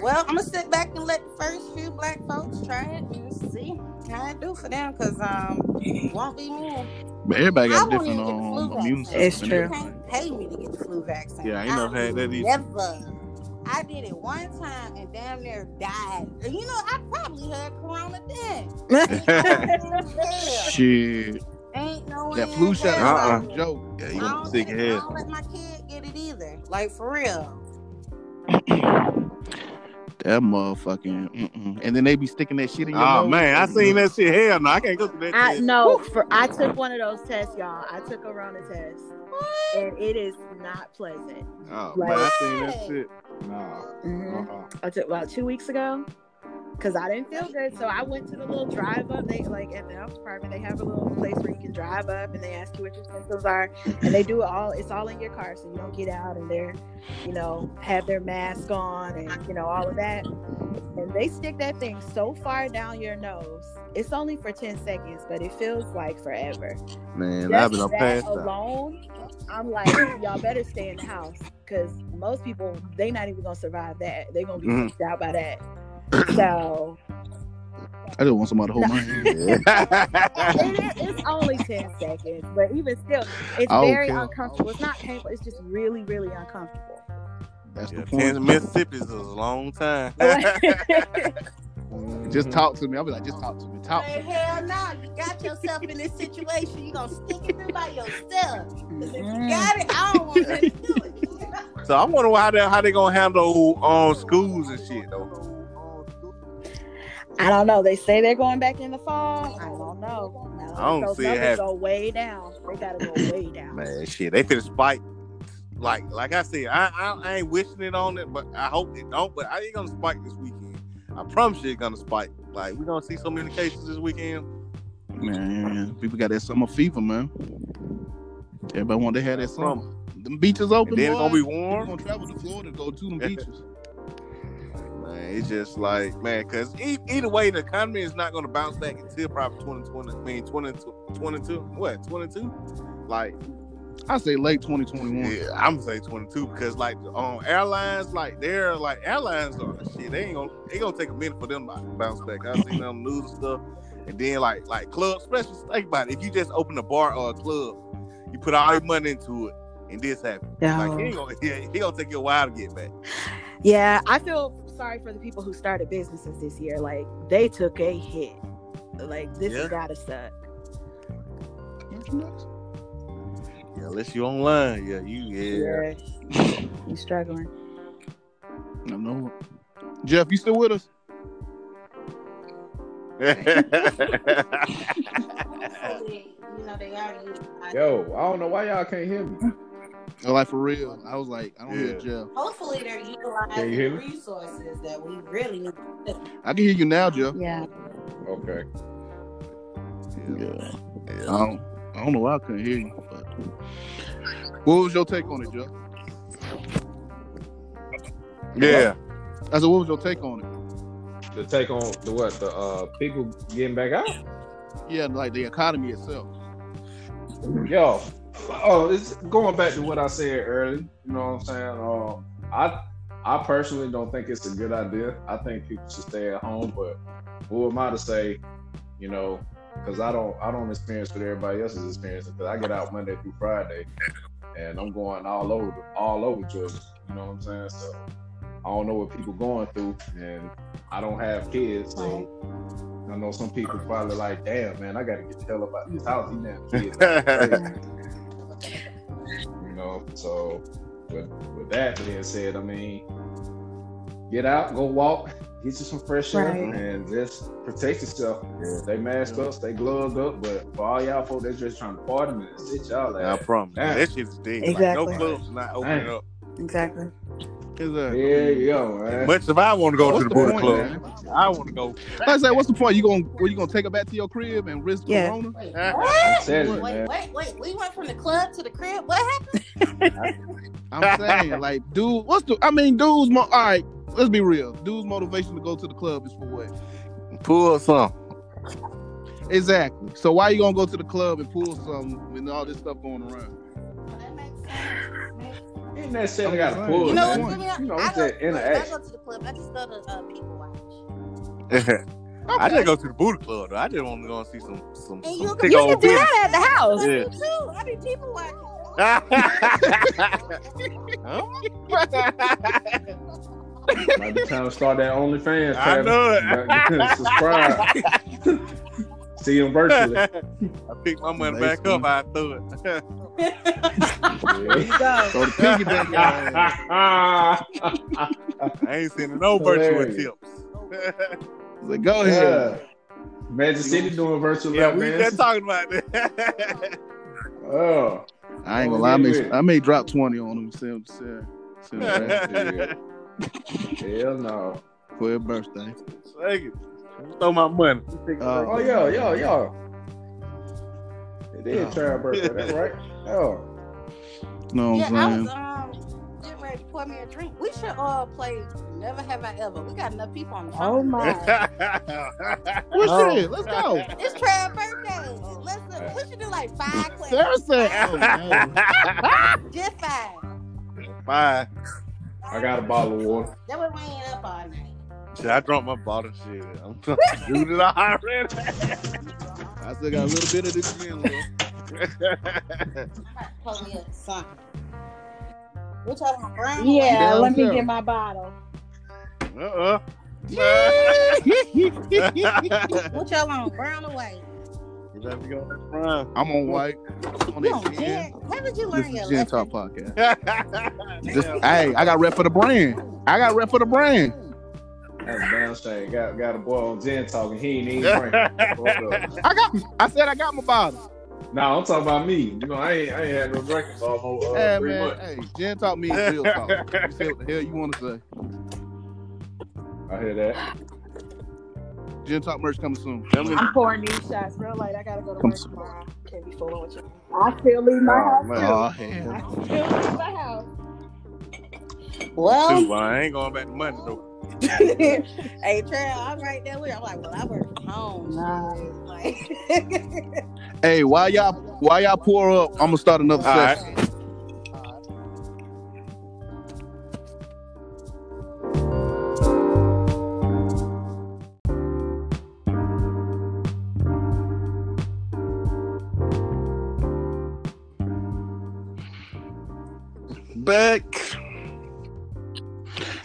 well, I'm gonna sit back and let the first few black folks try it and see how it do for them. Cause um, it won't be me. But everybody I won't got different even get the um, flu vaccine. immune system. It's and true. You everything. can't pay me to get the flu vaccine. Yeah, I ain't never had that either. Never. I did it one time and damn near died. And you know, I probably had corona then. Hell, Shit. Ain't no way That in flu shot hell I Uh-uh. is would. a joke. Yeah, I you gonna don't, be sick get of it. I hell. don't let my kid get it either. Like for real. That motherfucking. Mm-mm. And then they be sticking that shit in your Oh nose. man, I seen that shit. Hell no, I can't go through that. I shit. no. For I took one of those tests, y'all. I took a Rona test, What? and it is not pleasant. Oh Like- man, I seen that shit. Nah. Mhm. Uh-uh. I took about two weeks ago, because I didn't feel good. So I went to the little drive up. They like at the health department, they have a little place where you can drive up, and they ask you what your symptoms are, and they do it all. It's all in your car, so you don't get out, and they're, you know, have their mask on, and you know all of that. And they stick that thing so far down your nose. It's only for ten seconds, but it feels like forever. Oh, Man, I've Just been up that past that. alone, I'm like, y'all better stay in the house because most people they not even gonna survive that. They gonna be Mhm. freaked out by that. So I just want somebody to hold my hand. Yeah. and it- it's only ten seconds, but even still, it's Oh, I don't very care. uncomfortable. It's not painful. It's just really, really uncomfortable. That's Yeah, the point. Kansas, Mississippi is a long time. Just talk to me. I'll be like, just talk to me. Oh. Talk. Hey, hell no, you got yourself in this situation. You gonna stick it through by yourself. 'Cause if Mm-hmm. you got it, I don't want nothing to do with you. so I wonder how they how they gonna handle um schools and shit though. I don't know. They say they're going back in the fall. I don't know. I don't Those see it numbers happening. go way down. They gotta go way down. Man, shit, they finna spike. Like like I said, I, I I ain't wishing it on it, but I hope it don't. But I ain't gonna spike this weekend. I promise you, it's gonna spike. Like we gonna see so many cases this weekend. Man, people got that summer fever, man. Everybody want to have that summer. Them beaches open. And then it's boy. gonna be People warm. gonna travel to Florida and go to them beaches. Man, it's just like man, because e- either way, the economy is not going to bounce back until probably twenty twenty. I mean, 2022 22 What twenty two? Like, I say late 2021. yeah, I'm gonna say twenty two because like um airlines, like they're like airlines are shit. They ain't gonna they gonna take a minute for them to bounce back. I seen them news and stuff, and then like like clubs, especially think about it. If you just open a bar or a club, you put all your money into it, and this happens. Like he ain't gonna he, he gonna take you a while to get back. Yeah, I feel sorry for the people who started businesses this year. Like they took a hit. Like this Yeah. has gotta suck. Merchandise? Yeah, unless you online, yeah, you yeah. you struggling. I don't know. Jeff, you still with us? Hopefully, you know, they already used my- Yo, I don't know why y'all can't hear me. Oh, like for real? I was like, I don't hear Yeah. Jeff. Hopefully, they're Can utilizing you hear me? resources that we really need. I can hear you now, Jeff. Yeah. Okay. Yeah. I don't, I don't know why I couldn't hear you. But what was your take on it, Jeff? yeah. I said, what was your take on it? The take on the what? The uh people getting back out? Yeah, like the economy itself. Yo, oh, it's going back to what I said earlier. You know what I'm saying? Uh, I I personally don't think it's a good idea. I think people should stay at home, but who am I to say? You know, because I don't I don't experience what everybody else is experiencing. Because I get out Monday through Friday, and I'm going all over all over Georgia. You know what I'm saying? So I don't know what people going through, and I don't have kids, so. I know some people probably like, damn, man, I gotta get the hell up out of this house. He damn kids. You know, so with, with that being said, I mean, get out, go walk, get you some fresh air, Right. and just protect yourself. Stay masked up, stay gloved up. But for all y'all folk, they just trying to pardon and sit y'all I ass. promise. Damn. That shit's dead. Exactly. Like, no clubs not opening Damn. up. Exactly. Yeah, Exactly. you go, man. Much if I want to go What's to the, the booty point, club, man? I want to go. Like I said, what's the point? You gonna were you gonna take her back to your crib and risk Yeah. corona? Wait, I'm what? telling you, wait, man. wait, wait. We went from the club to the crib. What happened? I'm saying, like, dude, what's the? I mean, dude's mo- all right. Let's be real. Dude's motivation to go to the club is for what? Pull some. Exactly. So why you gonna go to the club and pull some when all this stuff going around? Well, that makes sense. Ain't that shit I I'm gotta just pull, saying. You know man. what's really? You know, I, it's go, look, that I interaction. go to the club. I just go to uh, people watch. I just go to the booty club. Though. I just want to go and see some some, And some you- thick you old Do bitches. that at the house. I Yeah. do too. I be people watching. Might be time to start that OnlyFans. I know it. it. Subscribe. See him virtually. I picked my money back up. I threw it. Yeah. Throw the piggy bank. in your ass. I ain't seen no virtual Hilarious. tips. Like, go ahead. yeah. Magic City doing virtual yeah, lap we just dances. talking about that. Oh, I ain't gonna lie. I may, I may drop twenty on him. See what I'm saying? See what I'm saying? hell no. for her birthday. Take it. Throw my money. Uh, Oh yeah, yeah, yeah. It Oh. is child birthday, that's right. Oh, know yeah, I what Mm-hmm. I'm was saying? um getting ready to pour me a drink. We should all play Never Have I Ever. We got enough people on the Oh phone. my. What's Oh. it? Let's go. It's Trav's birthday. Listen, we should do like five questions. Sarah said, oh, no. Just five. Bye. I got a bottle of water. That way we ain't up all night. Shit, I drunk my bottle. Shit, I'm dude that I I still got a little bit of this gin left. ran. I'm about to pull me up something. What y'all want, brown? Yeah, Down let me there. get my bottle. uh-uh. What y'all want, brown or white? You better be on that front. I'm on white. I'm on You don't that care. gin. How did you This learn your is Gin Talk lesson? Podcast. This, Damn. hey, I got rep for the brand. I got rep for the brand. That's a damn shame. Got got a boy on gin talking. He ain't even drinking. Hold up. I got. I said I got my bottle. nah, I'm talking about me. You know, I ain't I ain't had no drinking for almost uh, Hey three man, months. hey, Gin Talk means real talk. You say what the hell you want to say. I hear that. Gin Talk merch coming soon. I'm pouring these shots real light. I gotta go to Come work soon. tomorrow. Can't be fooling with you. I still leave my house. man. Oh I hell. still leave my house. Well, Shoot, well, I ain't going back to Monday though. hey, Trail, I'm right there with you. I'm like, well, I work from home. Nice. Like, Hey, while y'all while y'all pour up, I'm gonna start another All right. session. Back.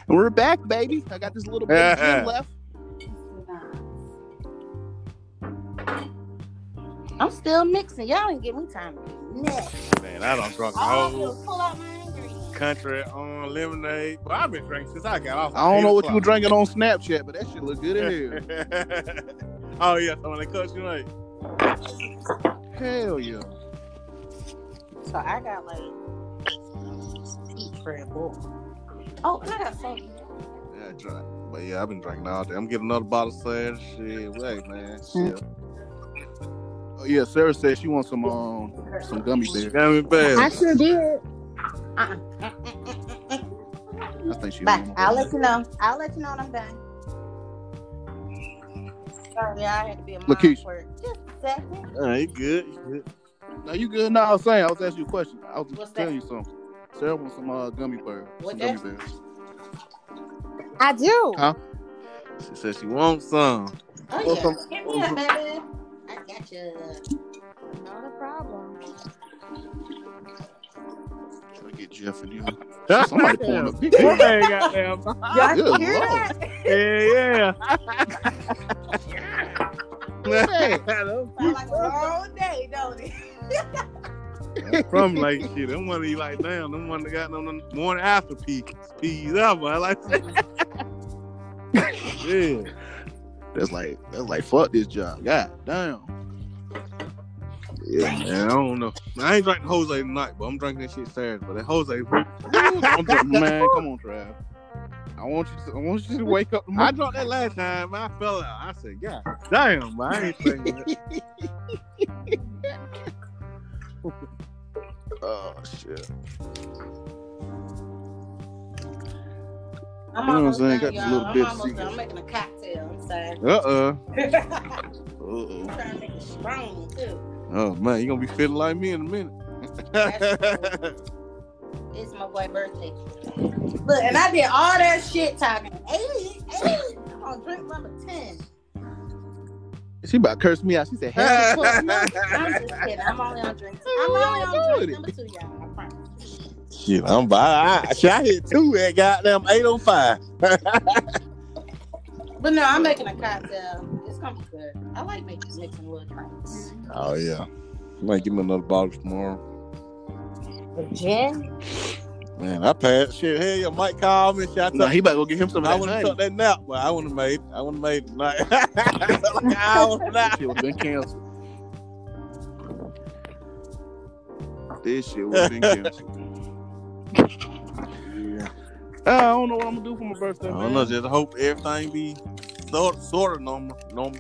We're back, baby. I got this little bit of gin left. I'm still mixing. Y'all didn't give me time to do next. Man, I don't drunk the Oh. All I do whole is pull out my ingredients. country on lemonade. But I've been drinking since I got off. I don't know what you were drinking on Snapchat, but that shit look good in here. drinking. oh yeah, someone that cuts you like. Hell yeah. So I got like, for a bowl. Oh, and I got soda. Yeah, I drank. But yeah, I've been drinking all day. I'm getting another bottle of Sarah. Shit, wait, man. Shit. Oh yeah, Sarah said she wants some um some gummy bears. Got me I bad. sure did. I think she Bye. wants I'll let you know. I'll let you know when I'm done. Sorry, I had to be a mom Lakeisha. for just a second. All right, you good. You good. No, you good? No, I was saying I was asking you a question. I was What's just telling you something. Sarah wants some uh, gummy bears. What Some that? gummy bears. I do. Huh? She said she wants some. Oh, Well, yeah. some- Hit me up, baby. I got you. Not a problem. Can I get Jeff and you? Somebody pulling a big Hey, one. goddamn. Y'all Good hear Lord. that? Yeah, Hey, Sound like a long day, don't it? yeah. From like shit. I'm one of you like, damn, them one that got on the morning after peas. Peas up. I like that. yeah. that's like that's like fuck this job. God damn. Yeah, man. I don't know. I ain't drinking Jose tonight, but I'm drinking that shit Saturday. But that Jose, I'm just- man, come on, Trav. I want you. To, I want you to wake up. I Tomorrow. drunk that last time. I fell out. I said, God damn, man, I ain't drinking that. Oh shit. I'm You know what I'm almost saying? done, Got this y'all. little I'm bit of almost done. I'm secret. making a cocktail. I'm sorry. Uh uh. Uh-uh. I'm Uh oh. trying to make it strong, too. Oh man, you gonna be feeling like me in a minute. That's It's my boy's birthday. Look, and I did all that shit talking. Hey, hey, I'm on drink number 10. She about to curse me out. She said, "Hey, Look, I'm just kidding. I'm only on drink. I'm only on drink number two, y'all. I promise. Shit, I'm by. I, shit, I hit two at goddamn 805. But no, I'm making a cocktail. It's gonna be good. I like making mixing little drinks. Oh, yeah. Might give me another bottle tomorrow. With gin. Man, I passed. Shit, hell yeah. Mike called me. Shit, I, Nah, took, he about to go get him some I of would that have honey. took that nap, but I wouldn't have made I wouldn't have made it tonight. Took like an hour and a half. Shit would have been canceled. This shit would have been canceled. Yeah. Ah, I don't know what I'm gonna do for my I birthday. don't man. know. Just hope everything be sort sort of normal. Normal.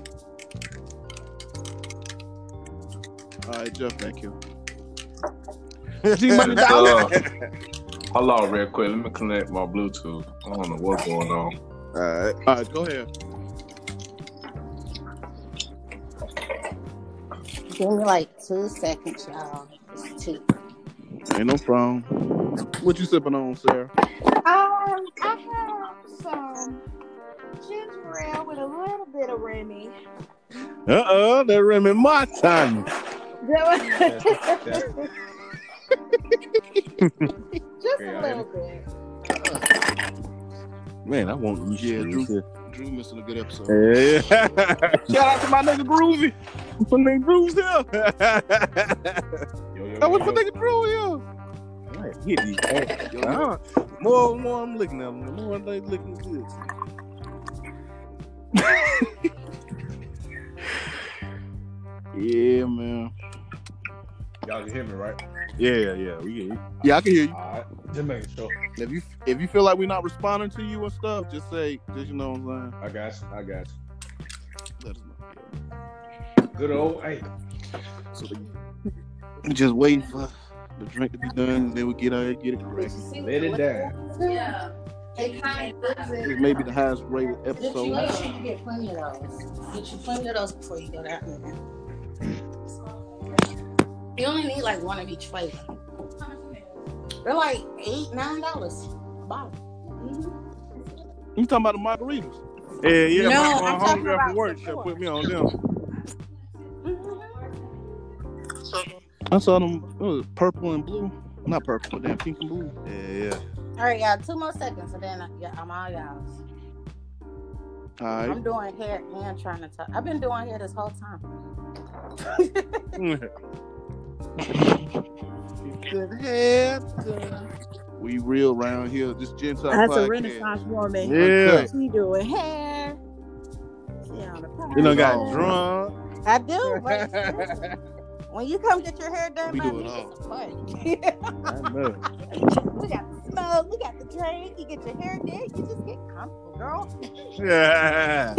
All right, Jeff, thank you. G Money Uh, hold on, real quick. Let me connect my Bluetooth. I don't know what's going on. All right. All right, go ahead. Give me like two seconds, y'all. It's two. Ain't no problem. What you sipping on, Sarah? Um, I have some ginger ale with a little bit of Remy. Uh uh, that Remy Martin. That was- That- Just Yeah, a little bit. Man, I want you Yeah, shit. Drew missing a good episode. Yeah. Shout out to my nigga Groovy. My nigga Groovy's here. Yo, yo, that was yo, my yo. nigga Drew here. Man, hit these ass. Uh, more and more I'm looking at them, the more they looking good. Yeah, man. Y'all can hear me, right? Yeah, yeah, we get it. Yeah, I can hear you. All right. Just making sure. If you if you feel like we're not responding to you and stuff, just say, just you know what I'm I got you. I got you. saying. Let us know. Good old hey. So they- just waiting for the drink to be done, and then we get out here and get it correct. Let it down. Yeah. It kind This may be the highest rated episode. sure you get plenty of those. Get you plenty of those before you go down there. You only need like one of each flavor. They're like eight, nine dollars. a bottle. You talking about the margaritas? Yeah, No, yeah, my, I'm my talking homegirl about from work the should store. put me on them. I saw them uh, purple and blue. Not purple, but damn pink and blue. Yeah, yeah. All right, y'all. Two more seconds, and then I, yeah, I'm all y'all's. All right. I'm doing hair and trying to talk. I've been doing hair this whole time. Good head. We real round here. This Gentile That's podcast. a Renaissance woman. Yeah. She doing hair. She on the You done got Oh. drunk. I do. But it's good. when you come get your hair done, We by do it me, all. it's fun. I know. we got the smoke, we got the drink. You get your hair did, you just get comfortable, girl. Yeah.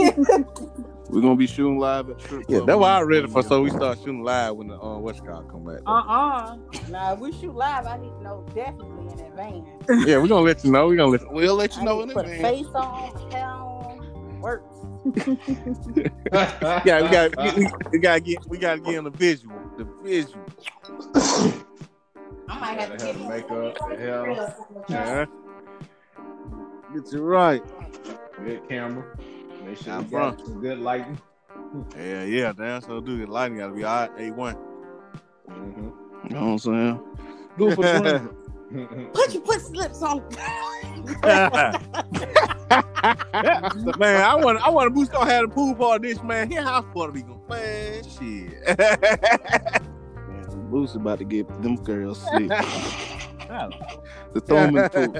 We're gonna be shooting live at Trip. Yeah, Club. that's why I read it for so we start shooting live when the uh, West Coast come back. Uh uh Nah, if we shoot live. I need to know definitely in advance. yeah, we're gonna let you know. We're gonna let We'll let I you know need in to put a advance. face on, hair on, works. yeah, we got we, we gotta get we gotta get on the visual. The visual. I might have to Gotta get have makeup, the hair. Yeah. Get you right. Good camera. Make sure I'm you got some good lighting. Yeah, yeah, damn so dude. The lighting gotta be all right, A1. Mm-hmm. You know what I'm saying? Do it for the drink. Mm-hmm. Put your pussy lips on. man, I want I want to boost on had a pool party this man. His house party be going man shit. Man, Boosie about to get them girls sick. The throw 'em in the pool.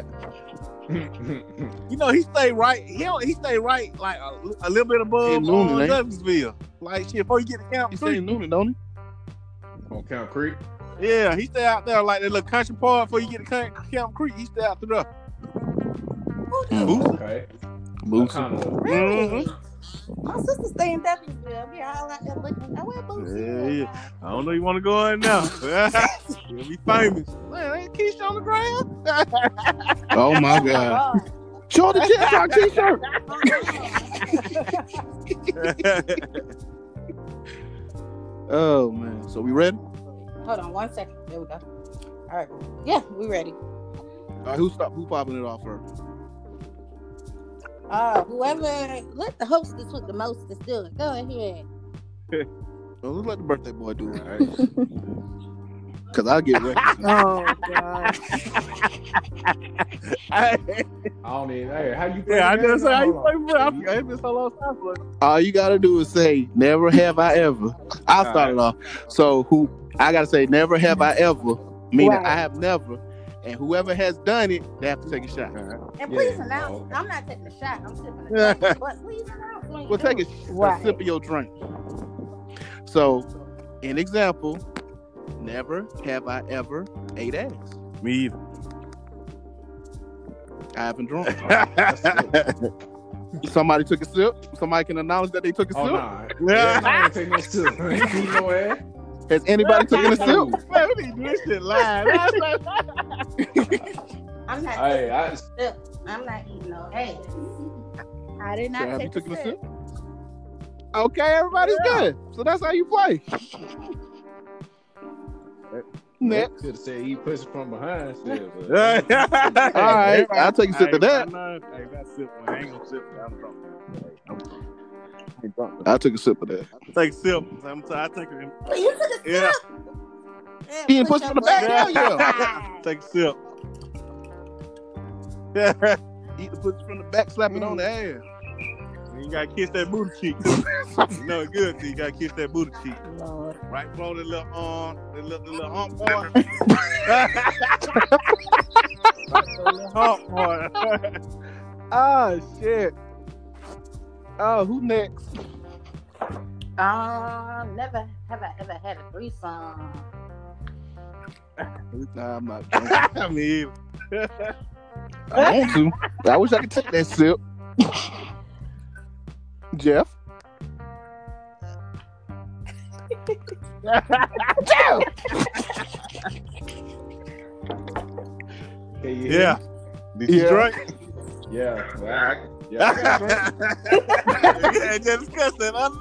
you know he stay right. He don't, he stay right like a, a little bit Hey, above Noonan, uh, ain't he? Douglasville. Like shit before you get to camp He three. say Noonan, don't he? On Camp Creek. Yeah, he stay out there like that little country park before you get to Camp, Camp Creek. He stay out there. Okay. Boosie. Kind of. Really? Mm-hmm. My sister stay in Douglasville. We all out there looking. I wear boots. Yeah, yeah. I don't know you want to go in now. You'll be famous. Man, ain't Keisha on the ground? Oh my god. Show the TikTok t-shirt. Oh man. So we ready? Hold on one second. There we go. All right. Yeah, we ready. All right, who stop? Who popping it off first? Uh, whoever, let the hostess with the most is do it. Go ahead. Oh, let's let the birthday boy do it. All right. Cause I get ready. Oh god. I don't even. Hey, how you play? yeah, I the game? just say how you Hold play on. for I forgot it's been so long time for it. All you gotta do is say, "Never have I ever." I started off. So who? I gotta say, "Never have I ever," meaning Right. I have never. And whoever has done it, they have to take a shot. And Yeah. please announce. I'm not taking a shot. I'm sipping a drink. but please announce. when you Well, do take it. a, Right. a sip of your drink. So, an example: Never have I ever ate ass. Me either. I haven't drunk. That's it. Somebody took a sip. Somebody can acknowledge that they took a Oh, sip. nah. Yeah, I ain't take no sip. You know what? Has anybody taken a sip? Man, we need to do this shit live. I'm not. Hey, I, Look, I'm not eating no eggs. I did So not have you take a taken a sip. sip? Okay, everybody's good. So that's how you play. Next. Could have said he pushed from behind. Shit, but- All right, I'll take a sip of that. I took a sip of that. Take sip. I'm t- I take it. You took a sip. Yeah. Yeah, He didn't push your for the back. butt Hell yeah. inside. Take sip. Eat the pussy from the back, slap it on the ass. you gotta kiss that booty cheek. no good. You gotta kiss that booty cheek. Lord. Right below the little arm, the little, the little hump boy. right below the hump boy. Oh shit. Oh, who next? Um, never have I ever had a threesome. Nah, I'm not. I mean, I want to. I wish I could take that sip. Jeff. Can you hear yeah. me? Did you Yeah. drink? Yeah. well, I- yeah. I got drunk. yeah, just cuss it. I'm-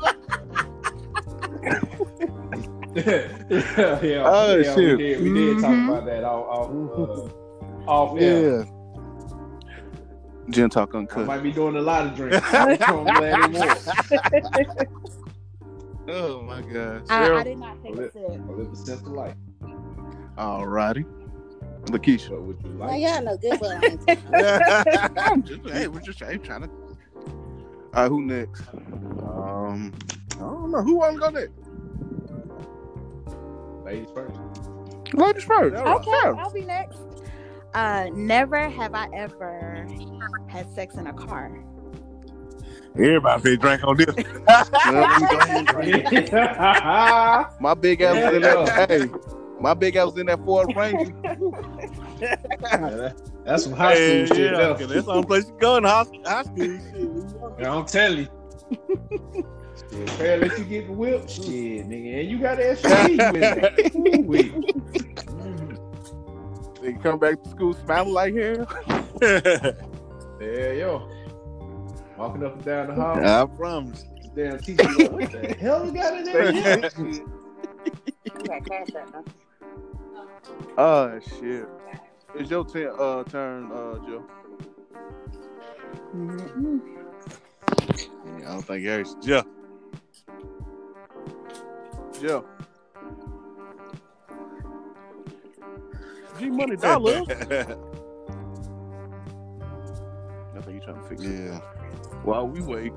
yeah, yeah, Oh, yeah, shit. We did, we did Mhm. talk about that off off, uh, off air. Gen Talk I Uncut. might be doing a lot of drinks. I'm glad it was. Oh my gosh. I, I did not take a sip. I live a simple life. Alrighty. Lakeisha. What would you Well, like? y'all know good well. I ain't taking I'm just, hey, we're just hey, trying to. All right, who next? Um, I don't know. Who want to go next? Ladies first. Ladies first. Okay, Sarah. I'll be next. Uh, never have I ever had sex in a car. Everybody finna drink on this. Well, we go ahead and drink. My big ass was in that. Hey, my big ass was in that Ford Ranger. That's some high school Hey, shit. yeah, though. that's the only place you go in high, high school. Shit. Yeah, I'm telling you. Shit, Apparently, if you get whipped, shit, nigga, and you got an SUV with Mm, it. Ooh-wee. They come back to school smiling like hell. Yeah, yo. Walking up and down the hall, I promise. damn teacher, like, what the hell we got in there? that cash up, huh? Oh shit! It's your turn, uh, turn, uh, Joe. Mm-hmm. Yeah, I don't think Eric's Jeff. Joe. G Money Dollar. I think you trying to fix it. yeah. While we wait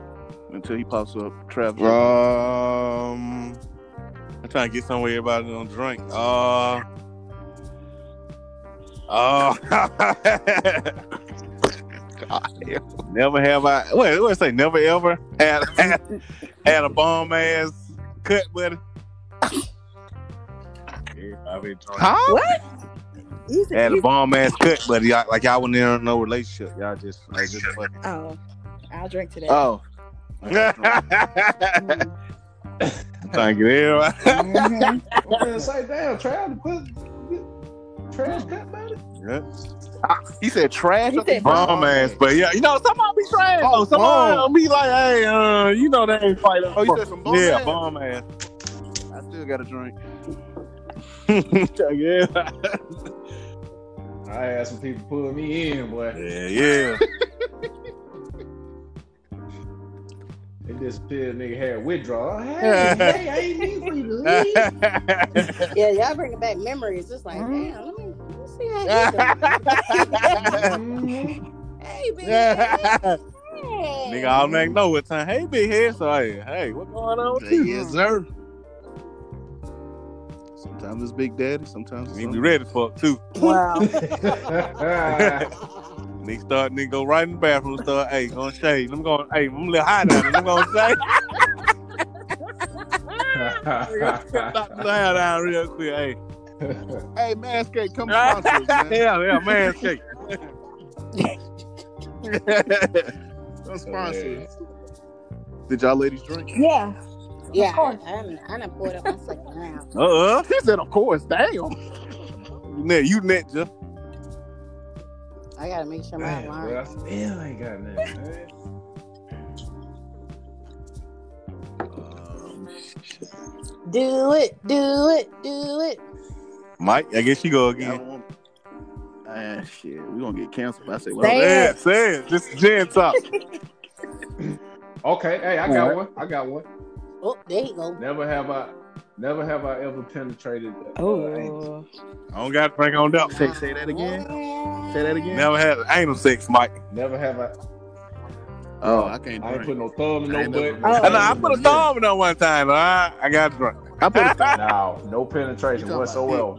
until he pops up, Travis. Um, I'm trying to get somewhere everybody don't drink. Uh, uh, never have I. Wait, what I say? Never ever had had, had a bomb ass cut, buddy. I been drunk. Huh? What? You said Had a you- bomb ass cut, buddy. Y'all, like y'all wasn't in no relationship. Y'all just like just fucking. oh, I'll drink today. Oh, Thank you, everybody. Mhm. Man, it's like, damn, Trav, to put trash cut buddy. he said trash. He I think said Bomb ass, but yeah, you know, somebody be trash. Oh, Oh, somebody bomb. be like, hey, uh, you know, they ain't fight Oh, you said some bomb yeah, ass? bomb ass. I still got a drink. yeah, I had some people pulling me in, boy. yeah, yeah. They disappeared, nigga had withdrawal. Hey, hey, I ain't need for you to leave. Yeah, y'all bringing back memories. It's like, damn, let me, let me see how you Mhm. do. hey, baby. Nigga, I don't even know what time. Hey, big head, so hey, hey, what's going on with you? yes, sir. Sometimes it's Big Daddy. Sometimes it's Need to something. be ready for it too. Wow. Nigga start, nigga go right in the bathroom, start, hey, gonna shave. I'm going, hey, I'm a little hot out here. I'm gonna shave. Knock the hair down real quick, hey. Hey, Manscaped, come sponsor us, man. yeah, yeah, man, shake. No sponsors. Did y'all ladies drink? Yeah. Yeah, Of course. I, I'm, I done poured up my second round. Uh-uh. Uh, he said, of course. Damn. You net, you net, Jeff. I gotta make sure my Man, boy, I line. still ain't got nothing. man. Do it, do it, do it. Mike, I guess you Yeah. go I again. don't want- Ah, shit. We're going to get canceled. I say, well, Say man, Yeah, say it. This is Jen Top. Okay, hey, I got one. I got one. Oh, there you go. Never have I, never have I ever penetrated. uh, anus. Oh. I don't got to think on that. Say, say that again. Say that again. Never had anal sex, Mike. never have I. Oh, I can't I ain't drink. put no thumb I in no ain't butt. never- Oh. I, know, I put a thumb in on one time. All right, I got drunk. I put a No, no penetration You talking whatsoever.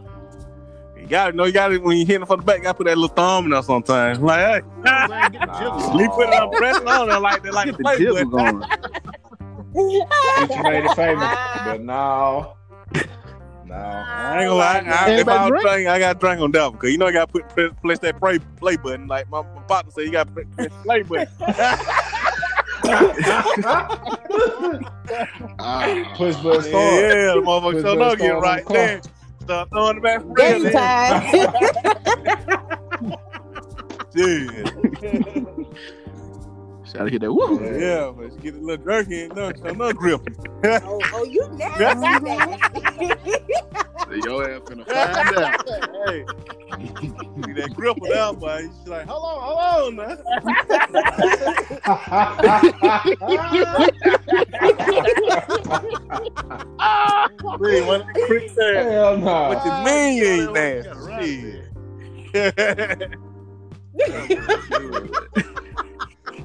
You got to know. You got to when you hitting for the back. You got to put that little thumb in there sometimes. Like, hey, Man, get the Nah. jiggles. you put it on press on there like they like Get to the play with. jiggles on. Since you made it famous, but no, no. I ain't gonna lie. I, if I Everybody was drink? drunk, I got drunk on that because you know I got put press, press that play play button. Like my, my partner said, you got press press play button. Ah. Push button yeah, start. the motherfucker sure Push button know get start on right the car. there. Start throwing the back for real. Game time. Yeah, Shout out to that. Woo. yeah, but you get a little jerky and no, so no grip. oh, oh, you nasty. Your ass finna find out. Hey, see that grip with that boy. She's like, hold on, hold on. now." Man, what that creep said. Hell no. Ah, What you mean you ain't That's what nasty? you Shit.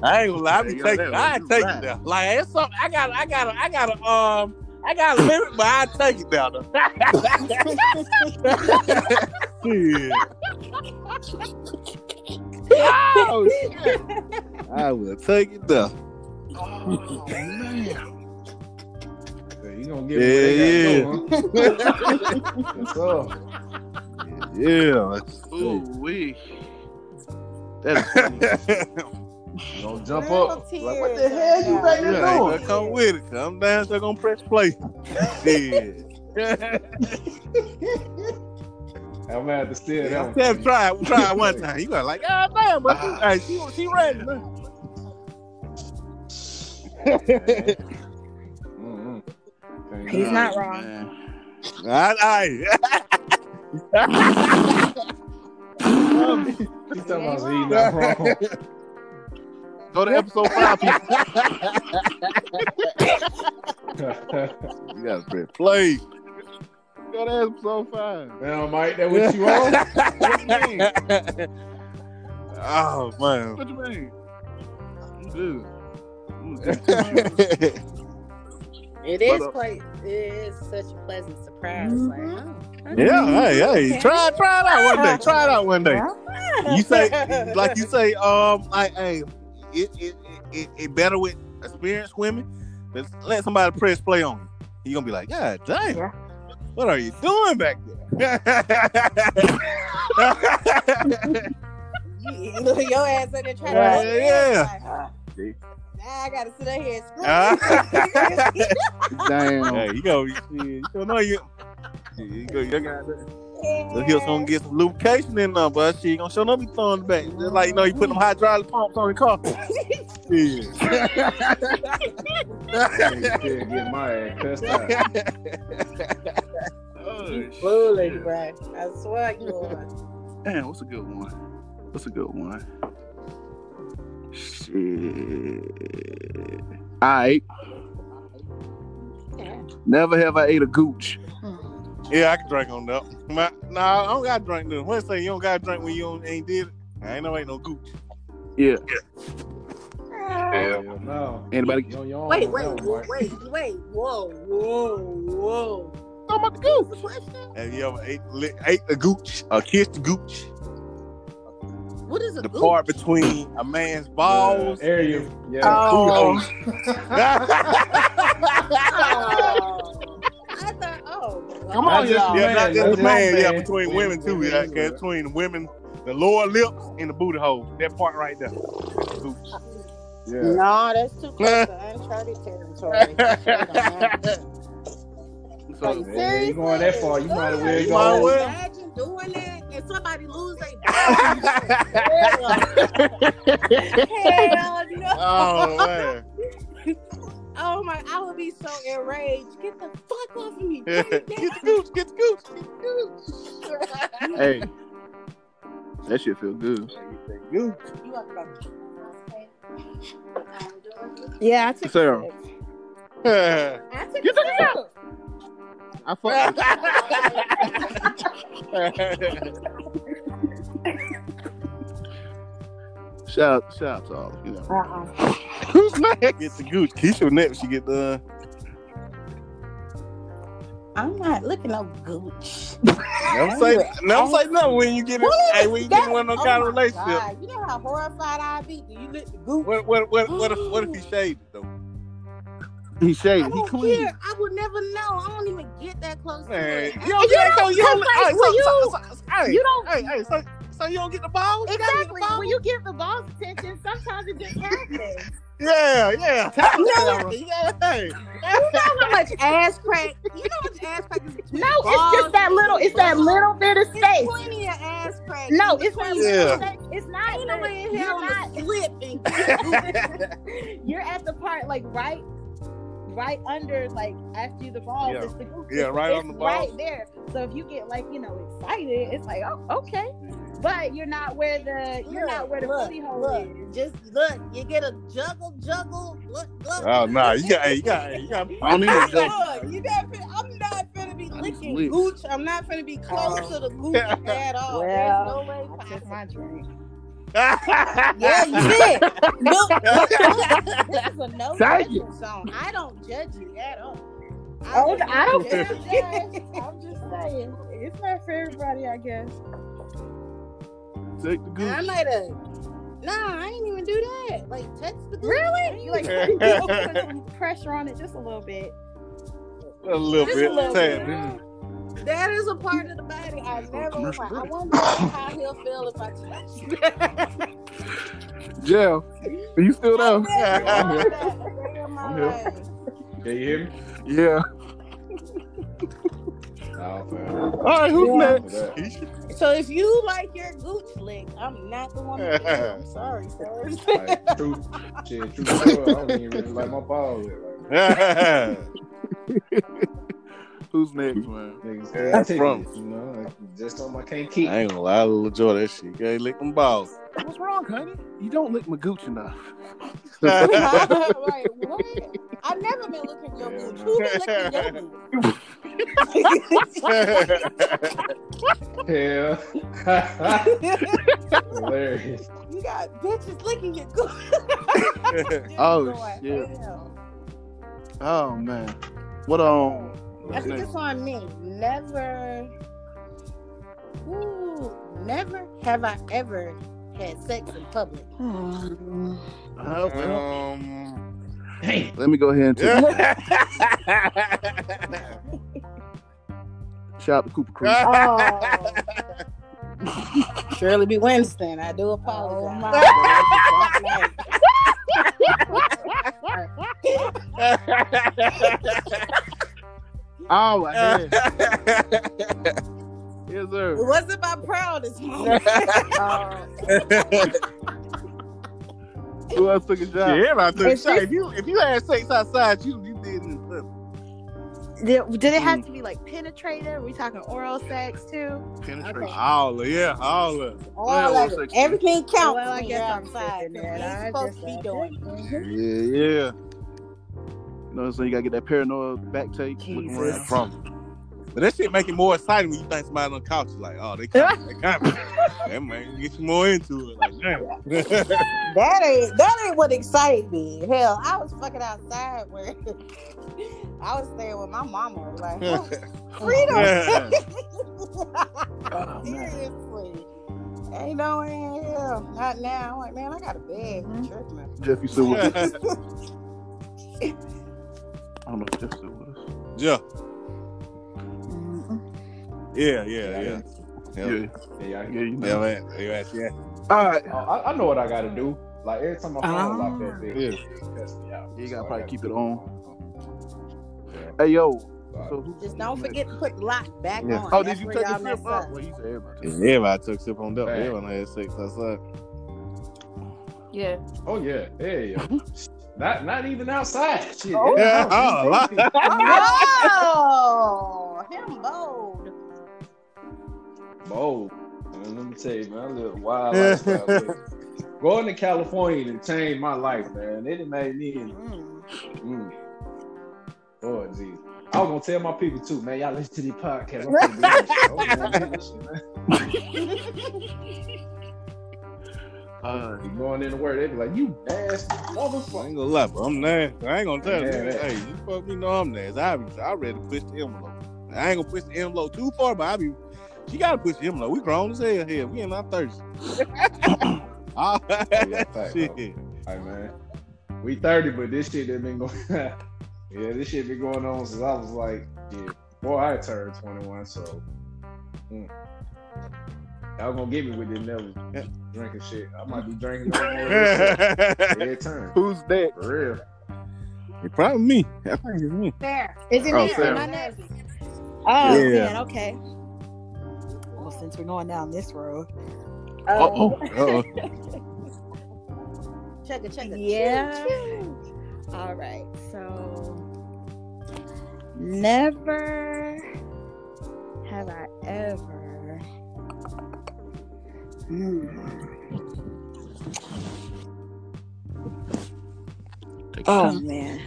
I ain't gonna lie, I be Yo, taking, that I was take right. it there. Like it's something I got, I got, I got to um, I got a limit, but I take it down. Shit. Oh, shit. I will take it though. You gonna get yeah, Yeah, yeah. Huh? Yes, sir. Yeah. Ooh, we. That's You gonna jump up. Little Like, what the tears. hell you back Yeah, there doing? Gonna come with it. Come down, they're gonna press play. Shit. I'm gonna have to steal that Tell one. try it, try it one time. You got like, God damn, but she, hey, she, she ready. Mm-mm. Okay, He's nah. not wrong. Man. I, He's talking about he's not wrong. Go to episode five. people. You gotta press play. Go to episode five. Man, Mike, that what you on? What you mean? oh man. What you mean? Dude. Mm, Ooh, It is quite. It is such a pleasant surprise. Mm-hmm. Like, oh, Mm-hmm. Yeah, hey, hey, try, try it out one day. Try it out one day. You say, like you say, um, like, hey, it, it, it, it better with experienced women. Let let somebody press play on you. You gonna be like, God damn, Yeah. what are you doing back there? you, look, your ass in there trying Yeah, to. yeah. Like, Ah, huh? See? Now I gotta sit out here. Ah. and Damn. hey, you go, shit, you don't know you. You go, you got The hips gonna get some lubrication in there, but she gonna show up be throwing it back. Just like you know, you put them hydraulic pumps on the car. Hey, shit, get my ass cussed out. Oh, Bully, shit. bro. I swear you are. Damn, what's a good one? What's a good one? Shit. All right. Never have I ate a gooch. yeah, I can drink on that. My, nah, I don't got to drink. This. When say you don't got to drink when you don't, ain't did it, I ain't no ain't no gooch. Hell no. Anybody- You on your own Wait, Oh, with wait, that one, wait, Mike. wait, wait. Whoa, whoa, whoa. I'm about to go. Have you ever ate li- ate the gooch or kissed the gooch? What is a The gooch? part between a man's balls. Yeah, area. Yeah. Oh. Oh. I thought, oh. Come on, Not just y'all. the Yeah, not just the that's man. my Yeah, man. between women too. Yeah, 'cause between women, the lower lips and the booty hole. That part right there. suits. Yeah. No, that's too close to uncharted territory. So Yeah, you going that far, you might as well Seriously? go. well. Imagine doing that and somebody lose their Hell no. Oh man. Oh my, I would be so enraged. Get the fuck off of me. Get the gooch, get the gooch, get the gooch. hey, that shit feel good. You You up, bro. Yeah, I took Sarah. it. I took You took it out. I fuck. shout, out- shout out to all. of You know, Who's next? Get the gooch. Keisha next. She get the. I'm not looking no gooch. Never say. Never say no when you get. in- Hey, when you get in one of Oh those kind my of relationships. God, You know how horrified I'd be when you get the gooch. What, what, what, what, if, what if he shaved it, though? he I shaved. He Oh, don't clean. care. I would never know. I don't even get that close. to Man, it. you don't get so you don't. like, hey, when so- so- so- hey, You don't Hey, hey, so, so you don't get the balls? You gotta get the exactly when you give the balls attention. Sometimes it just happens. balls? Yeah, yeah. No. yeah. Hey, You know how much ass crack? You know how much ass crack is between No, it's just that little. It's that little bit of It's space. plenty of ass crack. No, it's that Between- little Yeah. space. It's not. Ain't nobody in here you're, on not the slip and get the gooch. you're at the part like right, right under like after you the balls. Yeah. It's the gooch. Yeah, It's- right it's on the Right balls. there. So if you get like you know excited, it's like oh okay, but you're not where the you're not where the Look, booty hole look, is. Just look, you get a juggle, juggle. Look, look. oh no, you got, hey, you got, hey, you got. I don't need no judge. Look, you not fin- I'm not finna be licking lit. gooch. I'm not finna be close Oh. to the gooch at all. Well, There's no way I took possible. my drink. Yeah, you did. Look, yeah. this is a no Thank judgment zone. I don't judge you at all. Oh, I don't judge judge. you. I'm just saying, it's not for everybody, I guess. Take the I good. might have. Nah, I ain't even do that. Like text the gooch. Really? You like Yeah. put some pressure on it just a little bit. a little Just a bit, little tad bit. bit. That is a part of the body I never. commercial Like, I break. wonder how he'll feel if I touch that. Jeff, are you still I there? never thought that a day in my I'm here. life. Yeah, you hear me? Yeah. Oh, man. All right, who's Yeah. next? So if you like your gooch lick, I'm not the one. To do it. I'm sorry, sir. uh, Like, true, shit, true. story, I don't even really like my balls. Like, Who's next, man? niggas, Where I you take from? it, you know, like, just something I can't keep. I ain't gonna lie, little Joe, that shit. You can't lick them balls. What's wrong, honey? You don't lick my gooch enough. Oh, right? What? I've never been looking at your Yeah, gooch. Who been looking at your gooch? Hell. Hilarious. You got bitches licking your gooch. Just Oh, going, shit. "Damn." Oh man. What um? I What's think next? it's on me. Never. Ooh, never have I ever had sex in public. Uh, well, um, Damn. let me go ahead and take shout out to Cooper Creek. Oh, Shirley B. Winston, I do apologize. Oh, Oh, I did. yes, It sir. wasn't my proudest moment. Who else took a shot? Yeah, I took a If shot. this- If you if you had sex outside, you you didn't uh, Mm. did, did it have to be like penetrated? Are we talking oral sex too? Penetration. all of yeah, all of it. All Yeah, of one it. section. Everything counts. Well, I when guess you're I'm outside, 'cause sitting there, you ain't I supposed just to be like doing. Yeah, yeah. You know what I'm saying? You gotta get that paranoid back take. Looking Jesus. around. I promise. But that shit make it more exciting when you think somebody on the couch is like, oh, they coming, they coming. that man get you more into it. Like, damn. That ain't that ain't what excited me. Hell, I was fucking outside where I was staying with my mama. Like freedom. Seriously. Ain't no way in hell. Not now. I'm like, man, I got a bed. You tripping. Jeff, you still with us? I don't know if Jeff still with us. yeah, yeah, yeah, yeah. Yeah, Yeah, y'all yeah, hear me? you know. Yeah, man. Yeah, yeah. All right. Oh, I, I know what I gotta do. Like every time my phone lock that bitch, Yeah. it cuss me out. You gotta I probably gotta keep put it on. Yeah. Hey yo. Sorry. So who, Just don't forget to put lock back Yeah. on. Oh, That's did you where take y'all a sip? mess Oh, up. well, you said everybody. took a sip. Everybody took sip on that. Bang. Everyone had sex outside. Yeah. Oh yeah, yeah, yeah. not not even outside. Shit. Oh. Yeah, oh, a lot. Oh, him bold. Bold. Man, let me tell you, man, I live a wild lifestyle. man. Going to California done changed my life, man. It done made me. Mm. Lord Jesus. I was gonna tell my people too, man. Y'all listen to the podcast. I'm finna do this shit. I was gonna do this shit, man. Uh, You going in the word, they be like, "You nasty I motherfucker." ain't gonna lie, but I'm nasty. I ain't gonna tell Yeah, you. yeah. Hey, you fuck me, know I'm nasty. I be, I ready to push the envelope. I ain't gonna push the envelope too far, but I be. She gotta push the envelope. We grown as hell here. We in our thirties. Ah, yeah, fact, shit. Hey man, we thirty, but this shit that been going. yeah, this shit been going on since I was like, yeah, boy, I turned twenty one, so. Mm. Y'all gonna get me with this never drinking shit. I might be drinking no more of this shit every time. who's that? For real. It's probably me. I think it's me. Fair. Is it Oh, me? Sarah. Am I nasty? Oh Yeah. man, okay. Well, since we're going down this road. Uh-oh. Uh-oh. Check it, check it. Yeah. All right. So, never have I ever. Hmm. Take Oh man.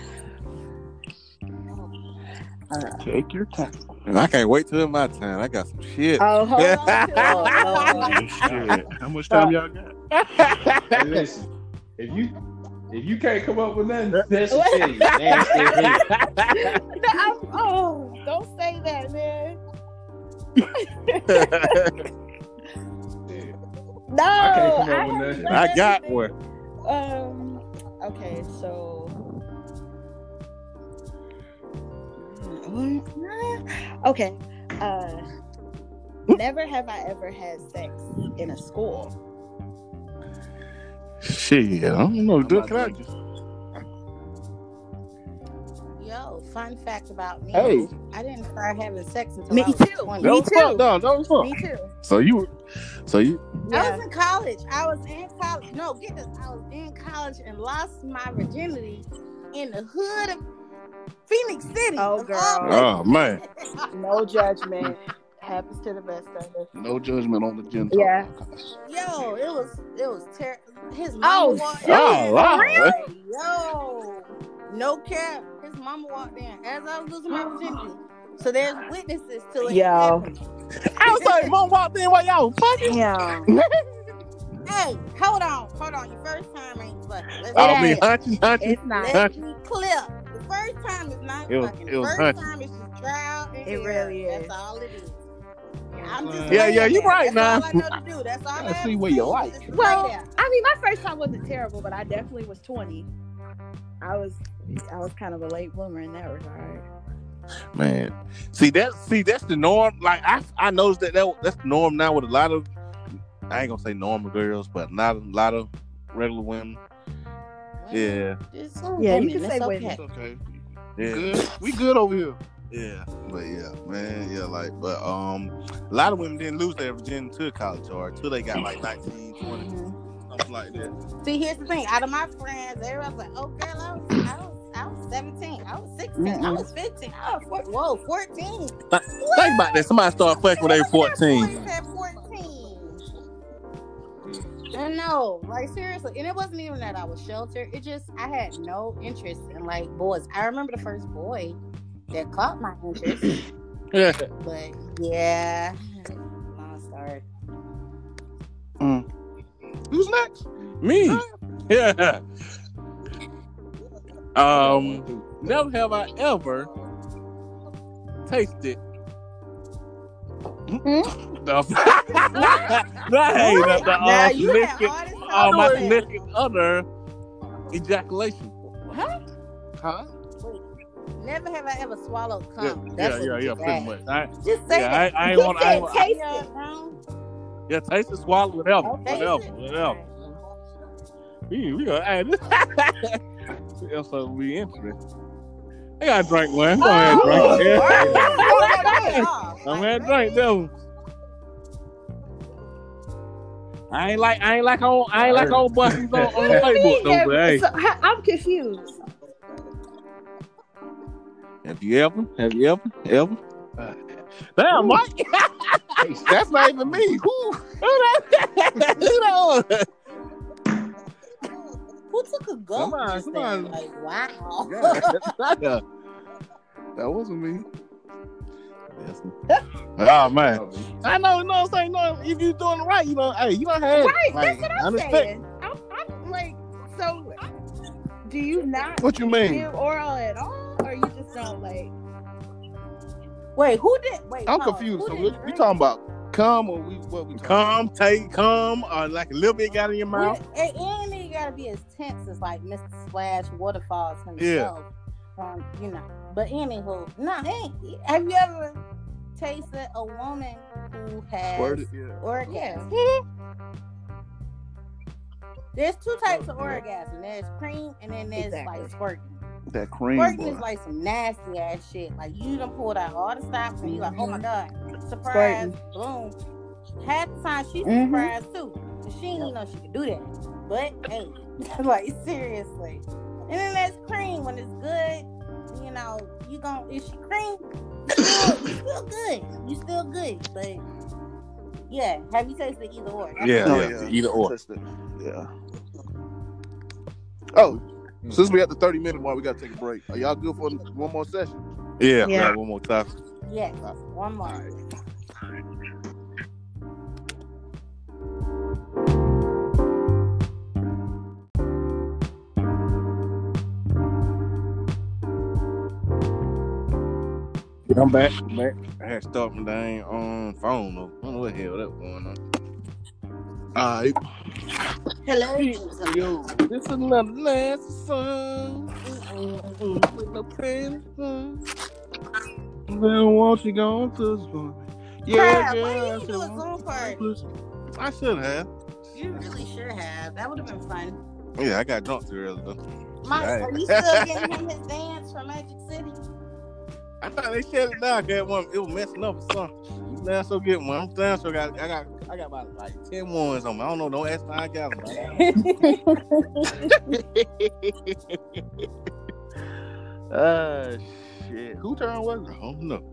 Take your time. And I can't wait till my time. I got some shit. Oh, hold on. to it. Shit. How much time y'all got? Hey, listen, if you if you can't come up with nothing, that's your shit. Nasty as hell. No, I'm- oh, don't say that, man. No, Shit. I can't come up with haven't nothing. done I got anything. one. Um. Okay, so. mm, Okay. Uh, never have I ever had sex in a school. Shit, I don't know. Dude, I'm can I not just Yo, fun fact about me. Hey. I didn't start having sex until Me I was too. 20. no Me too. fuck, no, no fuck. Me too. So you, so you, I was in college. I was in college. No, get this. I was in college and lost my virginity in the hood of Phoenix City. Oh, Of girl. all oh man, places. No judgment. Happens to the best of us. No judgment on the genital. Yeah. Yo, it was it was terrible. His mama Oh, walked shit. Oh, wow. in. Yo, no cap. His mama walked in as I was losing my virginity. So there's witnesses to it. Yo. happening. I was like, mom walked in while y'all was fucking. Yeah. Hey, hold on, hold on. Your first time ain't fucking. Let's, I mean, ain't. hunching, hunching. It's not. let's be clear. The first time is not It was- fucking. it was first hunch. time is just trial and It error. really is. That's all it is. I'm just Yeah, laying yeah, you there. right, That's nah. all I know to do. That's all I Gotta have see to where you do. like. Just lay Well, there. I mean, my first time wasn't terrible, but I definitely was 20. I was, I was kind of a late bloomer in that regard. Man, see that, see that's the norm. Like I, I noticed that, that that's the norm now with a lot of, I ain't gonna say normal girls, but not a lot of regular women. Yeah, It's Yeah, you women, can it's say okay. women. It's okay. yeah. Good. We good over here. Yeah, but yeah, man, yeah, like, but um, a lot of women didn't lose their virginity to college or till they got like 19, 20, Mm-hmm. something like that. See, here's the thing. Out of my friends, everybody's like, "Oh, girl, I was, I was, I was 17, I was 16, I was 15, I was 14, whoa, 14." Think about that. Somebody start fucking when they Look at that 14. boy said 14. I know, like seriously, and it wasn't even that I was sheltered. It just I had no interest in like boys. I remember the first boy that caught my interest, Yeah. but yeah, long story. Who's next? Me. Yeah. Um, never have I ever tasted. Hmm? No, that ain't a- the, now uh, you had liquid- all this uh, my time with- significant other ejaculation. Huh? Never have I ever swallowed Yeah, cum. yeah, That's yeah, what yeah, you pretty got. much. I, Just say yeah, that. I, I He ain't want. I, ain't said want- taste Yeah. it. yeah, taste and swallow, whatever, Okay. whatever, whatever. We we gonna hey, this this episode will be interesting. I gotta drink one. I'm Oh, gonna have a drink. I'm gonna have a drink that one. I ain't like I ain't like on I ain't like old Bucky's on, on Facebook though, but hey, So, I- I'm confused. Have you ever? Have you ever? Ever? Uh, damn Mike, That's not even me. Who? who that? who that was? Who took a go? Come on, just come then? on. Like, wow. that wasn't me. oh man. Ah, I know, you know what I'm saying? No, if you doing it right, you know, hey, you don't have Right, Like, that's what I'm understand- saying. I'm, I'm like, so do you not What you mean? do oral at all, or you just don't like? Wait, who did? Wait, I'm pause. confused. Who So did we, we drink? talking about cum or we what we talking come, take, come, or like a little bit got in your We- mouth. It ain't even gotta be as tense as like Mr. Splash Waterfalls himself. Um, you know. But anywho, nah, hey, have you ever tasted a woman who has Squirted? orgasm? There's two types of orgasm. There's cream and then there's Exactly. like squirting. That cream. Squirting boy. is like some nasty ass shit. Like you done pulled out all the stops and you like, oh my god, surprise, Squirting. boom. Half the time she's Mhm. surprised too. 'Cause She didn't even know she could do that. But hey, like seriously. And then there's cream when it's good. You know, you gon' if she cream, you still good. You still good. But yeah, have you tasted either or? Oh, Yeah, yeah. either or. That's the- Yeah. Oh, since we at the 30 minute mark, we gotta take a break. Are y'all good for one more session? Yeah. Yeah. One more time. Yes. One more. I'm back, I'm back. I had to start my dang um phone though. I don't know what the hell that was going on. All right. Hello. Yo, this is another last song. Mm-mm-mm, with no pain. mm. Then won't you go on to this one? Yeah, Yeah, why yeah. you didn't do a Zoom party? I should have. You really should have. That would have been fun. Yeah, I got drunk too early though. My, Right. are you still getting him his dance from Magic City? I thought they shut it down. 'cause That one, it was messing up or something. Now so get one. I'm down so got I got I got about like ten ones on me. I don't know. Don't ask how I got them. Uh shit. Who turn was it? I don't know.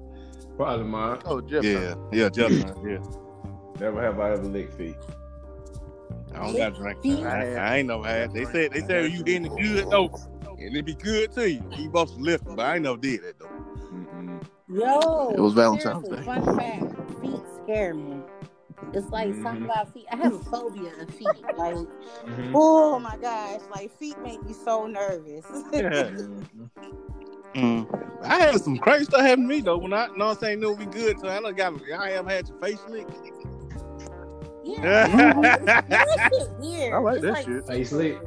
Probably mine. Oh, Jeff. Yeah, yeah, Justin. yeah. Never have I ever licked feet. I don't got drink. I, I ain't never had. They said they said you getting it good though, and it be good to you. You supposed to lift, it, but I ain't never did that though. Yo, It was Valentine's seriously, Day. Fun fact: feet scare me. It's like something about feet. I have a phobia of feet. Like, oh my gosh, like feet make me so nervous. Mm. I had some crazy stuff happen to me though when I know what I'm saying knew it be good, so I done got I have had your face lick. yeah, that shit weird. I like It's that shit. Hey, sleep.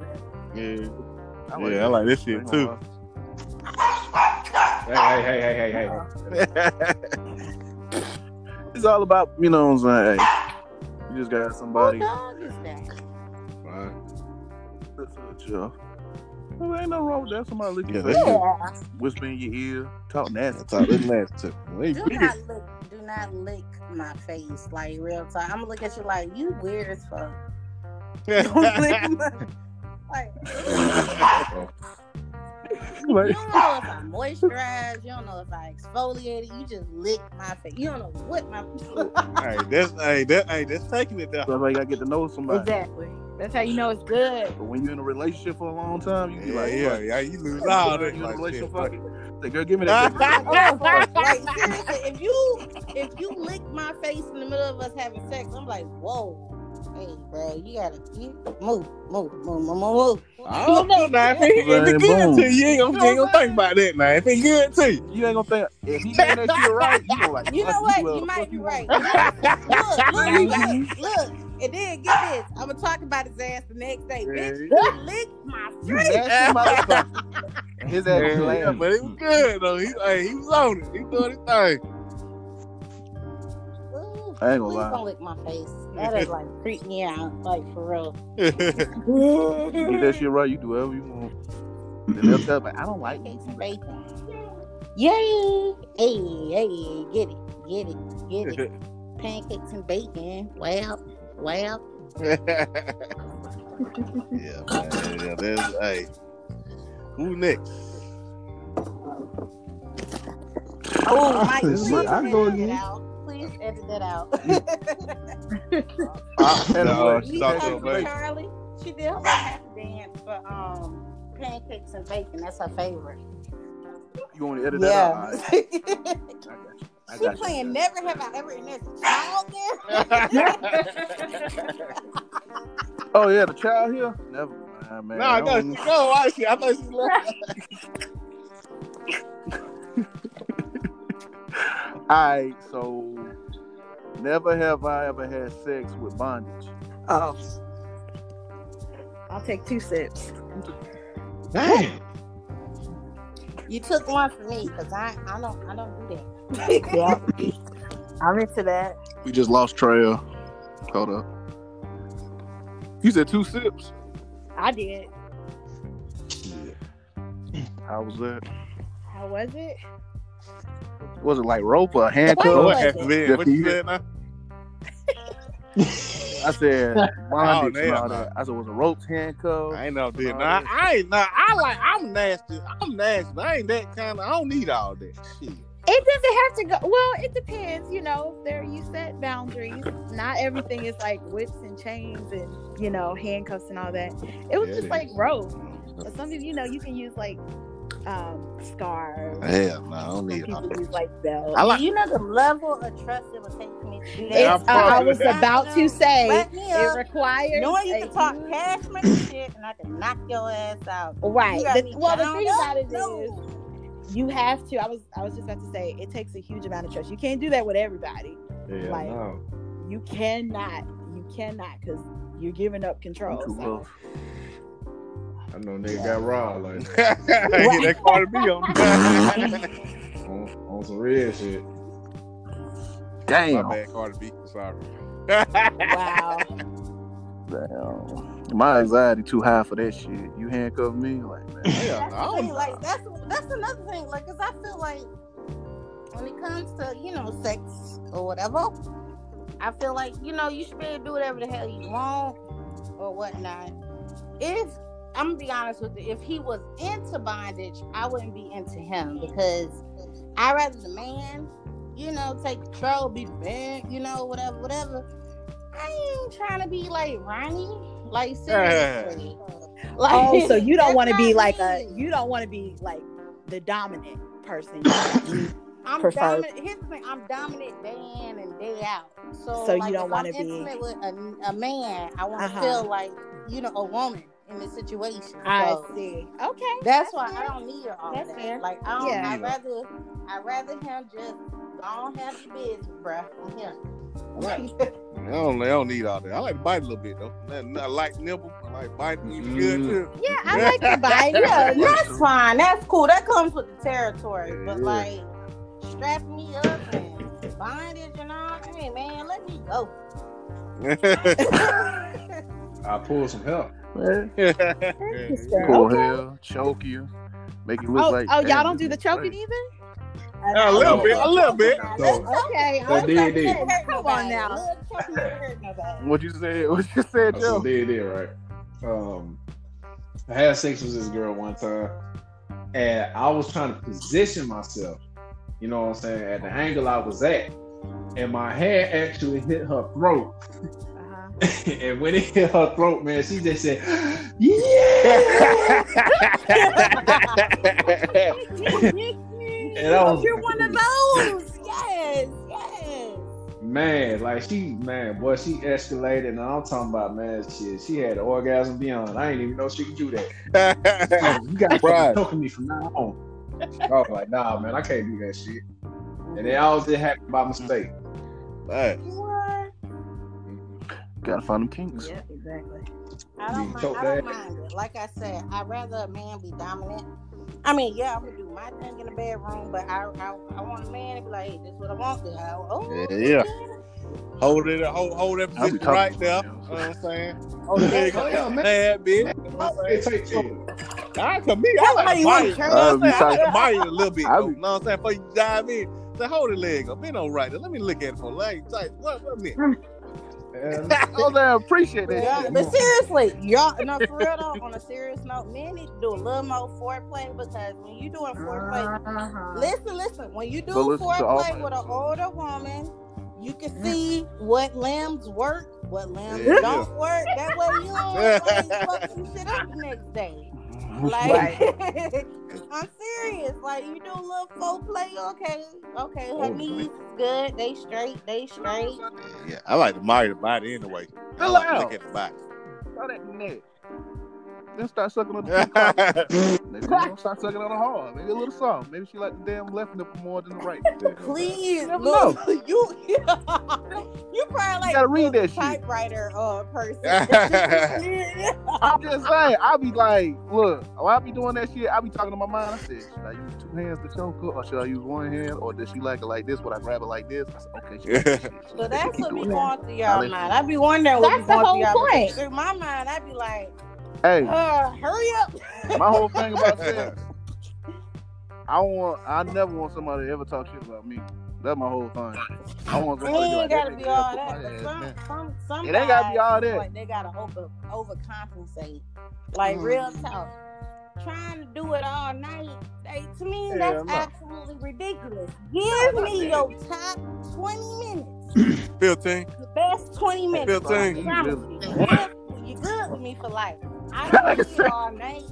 Yeah, I like yeah, I like Uh-huh. this shit too. Hey, hey, hey, hey, hey, hey. It's all about, you know what I'm saying? Hey, you just got What somebody. dog is that? Fine. That's a joke. Well, ain't no wrong with that. Somebody look Yeah, at that's- you, Yeah. whisper in your ear, talk nasty. That's all this last too. Do not lick. Do not lick my face. Like real time. I'm gonna look at you like you weird as fuck. Don't lick my. Like, Oh, You don't know if I moisturized. You don't know if I exfoliated. You just lick my face. You don't know what my hey, that's hey, that hey, that's taking it down. That's how you gotta get to know somebody. Exactly. That's how you know it's good. But when you're in a relationship for a long time, you be Yeah, like, yeah, yeah, you lose all you're that. in a Like, relationship, shit, fuck it. fuck it. Say, girl, give me that. dick. like. Seriously, if you if you lick my face in the middle of us having sex, I'm like, whoa. Hey, bro, you gotta you, move, move, move, move, move. I don't know now. If it, if it good to you, you ain't gonna, you ain't gonna think about that now. If it good to you, you ain't gonna think if he ain't that shit right, you gonna like. You know fuck what? well, You might fuck be you right. want. Look, look, look, look. And then get this. I'm gonna talk about his ass the next day, bitch. You lick my You face. nasty motherfucker. And His ass is yeah, laughing. but it was good though. He, hey, he was on it. He doing his thing. Ooh, I ain't gonna Please don't lie. lick my face. That is like creep me out, like for real. You get that shit right, you do whatever you want. And they'll tell me, I don't like Cake and bacon. Yay! Hey, hey, get it, get it, get it. Pancakes and bacon. Well, well. Yeah, man. Yeah, that's, hey. Who next? Oh, Mike, This please is- edit I go that again. out. Please edit that out. And I'm No, like, she we talked talked to her to baby. Charlie. She did her lap dance for um pancakes and bacon. That's her favorite. You want to edit that out? All right, I got you. I she got you. playing Never Have I Ever, and there's a child there. Oh yeah, the child here. Never mind, man. No, I know. don't- She, no, I, she, I thought she left. All right, so never have I ever had sex with bondage. Oh. I'll take two sips. Damn. You took one for me because I, I don't I don't do that. Yeah. I'm into that. We just lost trail. Hold up. You said two sips. I did. How was that? How was it? Was it like rope or Wait, handcuff? wait. Man, what you said now? I said bondage. Oh, and all damn. that. I said was it ropes, handcuffs? I ain't no did. Nah, I, I ain't. Nah, I like. I'm nasty. I'm nasty. I ain't that kind of. I don't need all that shit. It doesn't have to go. Well, it depends. You know, there you set boundaries. Not everything is like whips and chains and you know handcuffs and all that. It was Yeah, it just is. like rope. But some people, you know, you can use like um scarves. Hell, no, I don't Some need all people that. use like belts. I like. Do you know the level of trust it would take for me to do It's, uh, Yeah, that? I'm I fucking was with that. about to say Back me it up. requires Knowing you a can talk huge- cash money shit and I can knock your ass out. Right. You got The- me well, the down thing up? about it is, No. you have to. I was I was just about to say it takes a huge amount of trust. You can't do that with everybody. Yeah, Like- no. You cannot. You cannot because you're giving up I'm control. too so- rough. I know nigga got robbed like that. yeah, that caught me on. on, on some real shit. My Damn. bad, Carter B. Sorry. wow. Damn. My anxiety too high for that shit. You handcuff me like man. That's Hell, no, the I don't thing, like that's that's another thing. Like, cause I feel like when it comes to you know sex or whatever, I feel like you know you should be able to do whatever the hell you want or whatnot. If I'm gonna be honest with you, if he was into bondage, I wouldn't be into him because I rather the man, you know, take control, be the man, you know, whatever, whatever. I ain't trying to be like Ronnie, like seriously. Like, Oh, so you don't that's want to be not like a. me. You don't want to be like the dominant person. You I'm wanna be- prefer- dominant. Here's the thing: I'm dominant day in and day out. So, So you like, don't if wanna I'm be- intimate with a, a man. I want to Uh-huh. feel like you know a woman in this situation. I Oh. So see. Okay. That's why fair. I don't need all That's that. fair. Like I don't. Yeah. I rather. I rather him just don't have your business, bruh. I'm here. I don't, I don't need all that. I like to bite a little bit though. Nothing- I like nibble. I like biting. You good too. Yeah, I like the bite. yeah, Yeah. that's fine. That's cool. That comes with the territory. But Yeah. like, strap me up and bondage and all. Hey man, let me go. I pulled some help. Interesting. Pull Okay. hair, choke you, make you look Oh, like. oh, y'all damn, don't do this the nigga choking crazy. either? a little bit. A little bit. So, Okay. I so was like, did did. Come on now. What you said? What you said, That's what Joe? they did, right? Um, I had sex with this girl one time, and I was trying to position myself, you know what I'm saying, at the angle I was at, and my hand actually hit her throat. Uh-huh. and when it hit her throat, man, she just said, "Yeah." and I was, You're one of those. Yes, yes. man, like she, man, boy, she escalated, and I'm talking about, man, shit, she had an orgasm beyond. I didn't even know she could do that. Oh, you gotta Right. right. choking me from now on. I was like, nah, man, I can't do that shit. And it always did happen by mistake. Right. What? Gotta find them kinks. Yeah, exactly. I don't, You mind, choke I don't that. mind it. Like I said, I'd rather a man be dominant. I mean, yeah, I'm gonna do my thing in the bedroom, but I, I, I want a man to be like, hey, this is what I want. Then I- Oh, Yeah, yeah. okay. Hold it, hold, hold that I be position talking right to there. You know myself. what I'm saying? Hold the leg Oh, yeah, up. man. Bad bitch. It takes you. I could be. I like to you buy want you. to know what I'm I be saying? I like talking- to buy you a little bit. I though, be- You know what I'm saying? Before you dive in, say hold the leg up. Been all right. Let me look at it for a like, like what, what minute? Yeah, Oh, damn, appreciate that. Yeah, shit. but seriously, y'all, no, for real though, on a serious note, men need to do a little more foreplay because when you doing foreplay, Uh-huh. listen, listen, when you do But listen to all foreplay my with an older woman, you can see what limbs work, what limbs Yeah. don't work. That way you don't like, fuck some shit up the next day. Like, I'm serious. Like, you do a little foreplay, okay, okay, Oh, her knees is good, they straight, they straight. Yeah, I like to admire the body anyway. I Chill like to out. look at the body. Throw that neck. Then start sucking on the pink cock. yeah, Maybe don't start sucking on the hard. Maybe a little soft. Maybe she like the damn left nipple more than the right. nipple. Please, Never look, you you probably like gotta read the that shit. typewriter uh, person. I'm just saying, I be like, look, when I be doing that shit, I be talking to my mind. I said, should I use two hands to choke her, or should I use one hand, or does she like it like this? Would I grab it like this? I said, okay, she like this shit. She so like that's this. what be Keep doing that. going through y'all I'll mind. I be wondering what be That's the going through whole y'all mind. point. Through my mind, I be like, Hey, uh, hurry up. my whole thing about sex, I don't want, I never want somebody to ever talk shit about me. That's my whole thing. I want It somebody to be ain't like, gotta nigga be all put that. my But ass some, down. some, some It ain't gotta be guys, all it's that. Like they gotta over overcompensate. Like Mhm. real talk, trying to do it all night. They, to me, Hell that's no. absolutely ridiculous. Give me your top twenty minutes, Fifteen. the best twenty minutes. Fifteen. Fifteen. Mm, Promise really. you, you good- you good with me for life. I don't need it all night.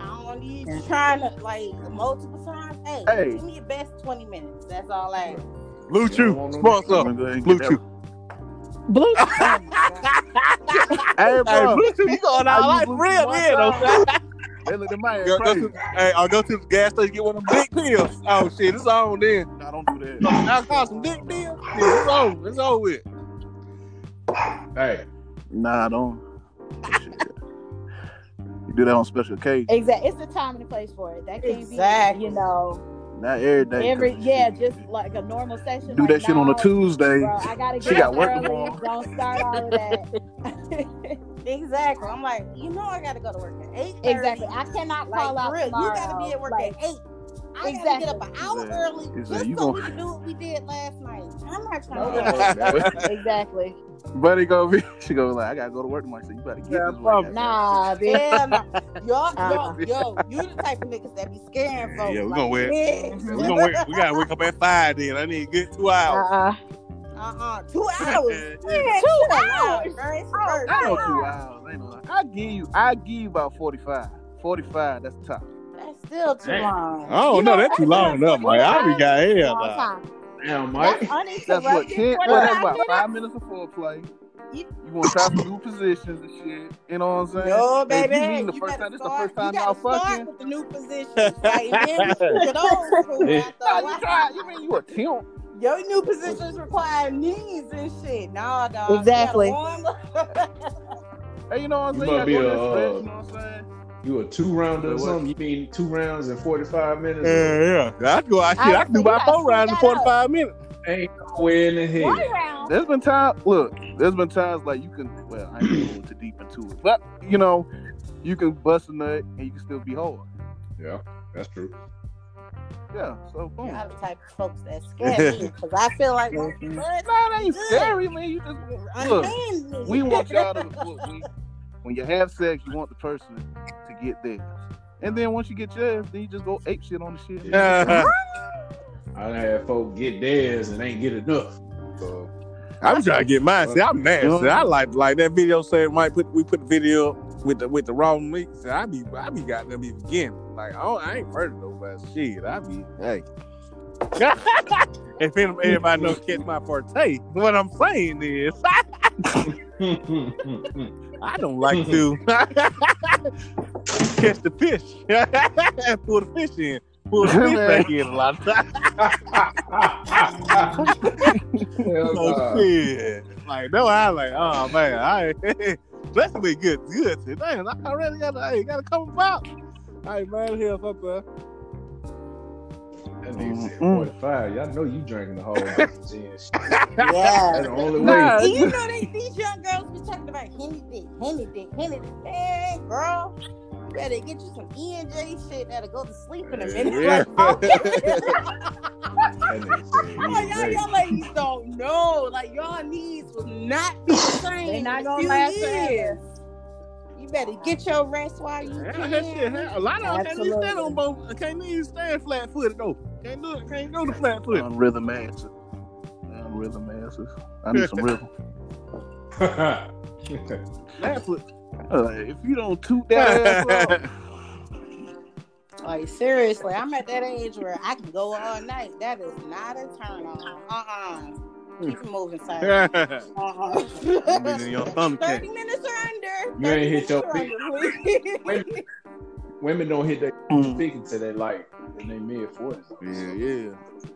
I don't need you trying to like multiple times. Hey, Hey. give me your best twenty minutes. That's all I. ask. Blue Chew. Sponsor. I'm gonna go ahead and Blue get that Chew. Blue. Oh my God. Hey, Hey, bro. Blue Chew, you going out I like use real Blue Chew one men, time. okay? They look at my ass Go, go crazy. to, hey, I'll go to the gas station get one of them big pills. Oh shit, it's on then. Nah, don't do that. I got some dick pills. Yeah, it's on. It's over with. Hey, Nah, don't. you do that on special occasion, Exactly. It's the time and the place for it. That can't Exactly. be, you know, not every day. 'cause every shit. yeah, just like a normal session. do like, that shit on a no, Tuesday. Bro, I gotta She get got up work early. tomorrow. Don't start all of that. Exactly. I'm like, you know, I gotta go to work at eight. exactly. I cannot call Like, out for real, you tomorrow. gotta be at work Like, at eight. I gotta Exactly. get up an hour Exactly. early Exactly. just You so gon- we can do what we did last night. I'm not trying no, to. man. exactly. Buddy go be. She go like, I gotta go to work tomorrow. So you better get Yeah, this work. out." Nah, bitch. Hell no. Y'all, Uh-uh. yo, yo, you the type of niggas that be scaring folks. Yeah, we like, gonna wear- bitch. Mm-hmm, We gonna wake, we gotta wake up at five then. I need a good two hours. Uh-uh. Uh-uh. Two Uh, hours. Yeah, Two she allowed, hours? girl. It's Oh, I know work. two hours. I ain't no lie. I give you, I give you about forty five. Forty five. That's top. That's still too Damn. long. Oh no, that's too long enough, man. I be got hell. Long nah. time. Damn, Mike. That's uninterrupted. That's what ten. Well, that's about 45 minutes. five minutes of foreplay. You want to try some new positions and shit. You know what I'm saying? No, If baby. you mean the you first gotta time, this the start- first time you y'all gotta fucking. Start with the new positions. Like, man, we should get old school. I Nah, thought, you try. You mean you a temp? Your new positions require knees and shit. Nah, dog. Exactly. Hey, you know what I'm You saying? You must gotta be go a, to uh, that stretch, you know what I'm saying? You a two rounder or What? something? You mean two rounds in 45 minutes? Yeah, yeah. I go. I shit. I can do about four rounds in forty five minutes. Ain't no way in the One head. round. There's been times. Look, there's been times like you can. Well, I ain't going too deep into it, but you know, you can bust a nut and you can still be whole. Yeah, that's true. Yeah. So boom. Y'all the type of folks that scare me because I feel like once the blood Nah, that ain't Good. scary, man. You just look. unhands me. We want y'all to look, we, when you have sex, you want the person to get theirs, and then once you get yours, then you just go ape shit on the shit. Yeah. I done had folk get theirs and ain't get enough. So I'm trying to get mine. See, I'm nasty. I like like that video said. Mike put we put the video up with the with the raw meat. So I be I be got them even again. Like I, don't, I ain't heard of nobody. Shit, I be hey. if any- anybody don't catch my forte, what I'm saying is Oh, I don't like to catch the fish and pull the fish in. Pull the fish back in a lot of times. Hell So nah. shit. Like no, I like, oh man, I bless me good, good today. I already gotta I gotta come about. Hey man, here something. That nigga said 45. Y'all know you drinking the whole bunch of gin. Shit. Yeah. That's the only way. Nah, Do you know they, these young girls be talking about Henny dick, Henny dick, Henny dick. Hey, girl, you better get you some E and J shit that'll go to sleep in a minute. Yeah. Like, okay. That I'm like, nigga y'all, said, y'all ladies don't know. Like, y'all needs will not be the same. They're not in a gonna few last years. You better get your rest while you Yeah, can. that shit, ha- a lot of them can't even stand on both. Can't even stand flat footed though. Can't do it. Can't go to flat footed. I'm rhythm answer. I'm rhythm answers. I need some rhythm. yeah. Flat foot. Uh, if you don't toot that ass up, Like seriously, I'm at that age where I can go all night. That is not a turn on. Hmm. Uh uh Keep it moving, sir. Uh-uh. be in your thumb Thirty cat. minutes or under. You ain't 30 hit your minutes or under, please. Women don't hit their Mm. speaking to they like in their mid 40s. Yeah, yeah.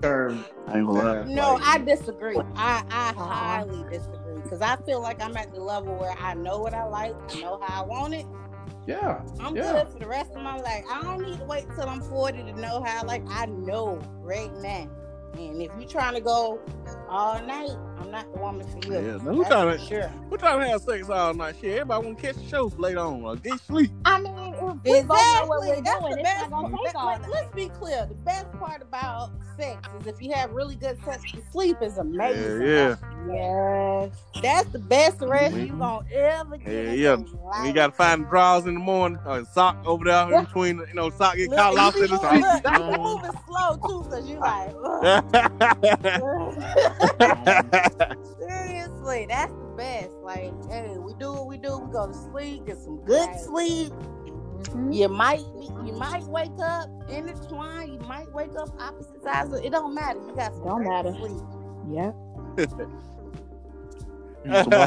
Term. I ain't gonna lie. No, like, Uh-huh. I disagree. I, I highly disagree because I feel like I'm at the level where I know what I like, I know how I want it. Yeah. I'm Yeah. good for the rest of my life. I don't need to wait till I'm 40 to know how I like. I know right now. And if you're trying to go all night, I'm not the woman for you. Yeah, who That's tryna- for sure. We're trying to have sex all night. Shit, everybody want to catch the show later on. Or get sleep. I mean, if we both know what we're Exactly. That's the doing, it's best not gonna part. take all Let, night. us be clear. The best part about sex is if you have really good sex, the sleep is amazing. Yeah, Yes. That's the best rest Mhm. you gonna ever get. Yeah, in yeah. your life. We got to find the drawers in the morning. Or the sock over there Yeah. in between. You know, sock get Look, caught you lost be in the street. moving- look, You be moving slow too, cause you like. ugh. Seriously, that's the best. Like, hey, we do what we do. We go to sleep, get some good Right. sleep. You might, you might wake up intertwined. You might wake up opposite sides. It don't matter. You got some Don't good matter. Sleep. Yep. No, no,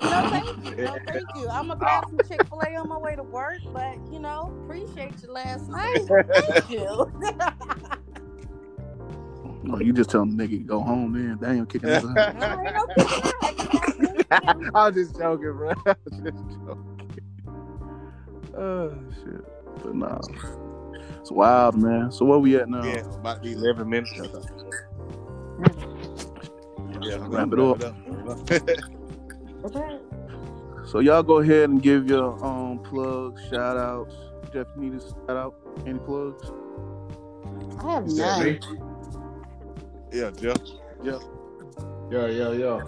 thank you. No, thank you. I'm gonna grab some Chick Fil A on my way to work, but you know, appreciate you last night. Thank you. Oh, you just tell the nigga to go home then. Damn, kicking his ass. No, ain't no picking up. You got me. I'm just joking, bro. I'm just joking. Oh shit. But nah. It's wild, man. So where we at now? Yeah, about to be 11 minutes or something. Yeah, Wrap it up. Okay. So y'all go ahead and give your um plugs, shout outs. Jeff, you need a shout out? Any plugs? I have Is that none. me? Yeah, Jeff. Yo, yo, yo.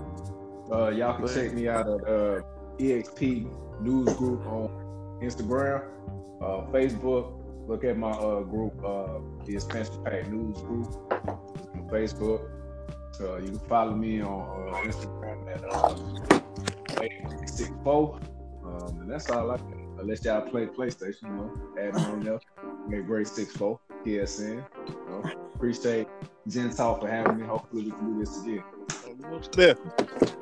Uh, y'all can check me out at uh, EXP News Group on Instagram, uh, Facebook. Look at my uh, group, uh, the Expansion Pack News Group on Facebook. So you can follow me on uh, Instagram at uh, 64. Um, and that's all I can. Unless y'all play PlayStation, you know, add me on there. Make great 64 PSN. You know. Appreciate Jen Talk for having me. Hopefully, we can do this again. Steph.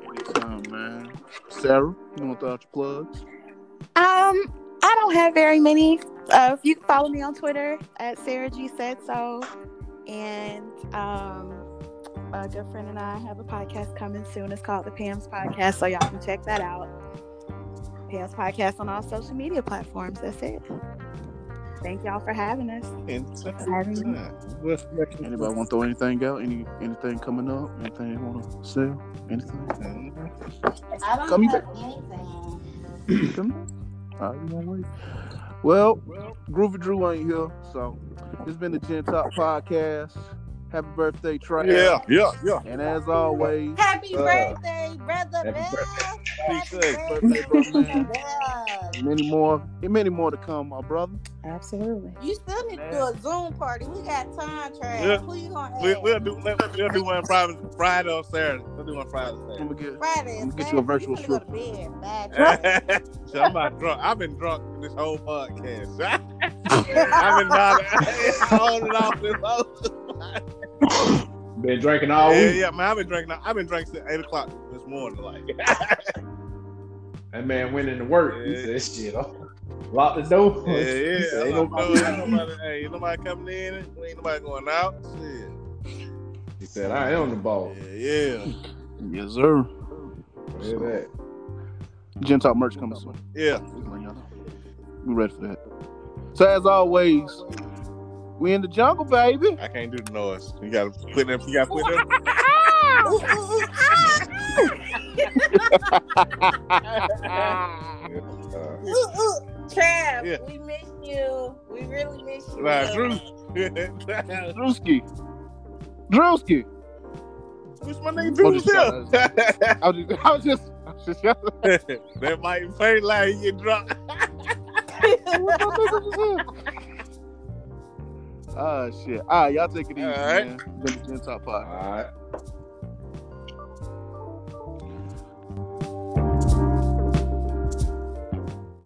Anytime, man. Sarah, you want to throw out your plugs? Um, I don't have very many. Uh, if you can follow me on Twitter at Sarah G said so, and um, my good friend and I have a podcast coming soon. It's called the Pam's Podcast, so y'all can check that out. Pam's Podcast on all social media platforms. That's it. Thank y'all for having us. Anybody want to throw anything out? Any anything coming up? Anything you want to sell? Anything? I don't Come have anything. All right, you wanna wait? Well, Groovy Drew ain't here, so it's been the Gen Top Podcast. Happy birthday, Trav. Yeah, yeah, yeah. And as always, Happy Uh, birthday, brother happy Bell. Happy Be safe. Birthday, brother, man. Bell. many more, and many more to come, my brother. Absolutely. You still need to do a Zoom party. We got time, Trav. Yeah. Who you gonna We, have? we'll do we'll, we'll do one Friday, Friday or Saturday. We'll do one Friday. or I'm gonna get Friday. is I'ma get Saturday. you a virtual finna go to stripper. bed, bad Trav. Saturday. so I'm about drunk. I've been drunk this whole podcast. I've been about it's on and off this whole. Been drinking all yeah, week. yeah, man. I've been drinking. I've been drinking since eight o'clock this morning. Like, That man went into work. Yeah. He said, shit, i lock the door. yeah, He yeah. said, ain't I'm like, nobody no, ain't out. nobody, hey, ain't nobody coming in. Ain't nobody going out. Shit. He said, I am the ball. Yeah, yeah, yes, sir. Hear that. Gen Top merch coming soon. yeah. We ready for that. So as always, We in the jungle, baby. I can't do the noise. You gotta put it. You gotta put it. Ooh, ooh. Trav, we miss you. We really miss you. Nah, Drew. Drewski. Drewski. Which my name Oh, Drew's here. I was just, I was just, I was just yelling. that might play like you get drunk. Ah, shit. All right, y'all take it easy, All Ah, right. man. Been the Gen Top Pod. All right.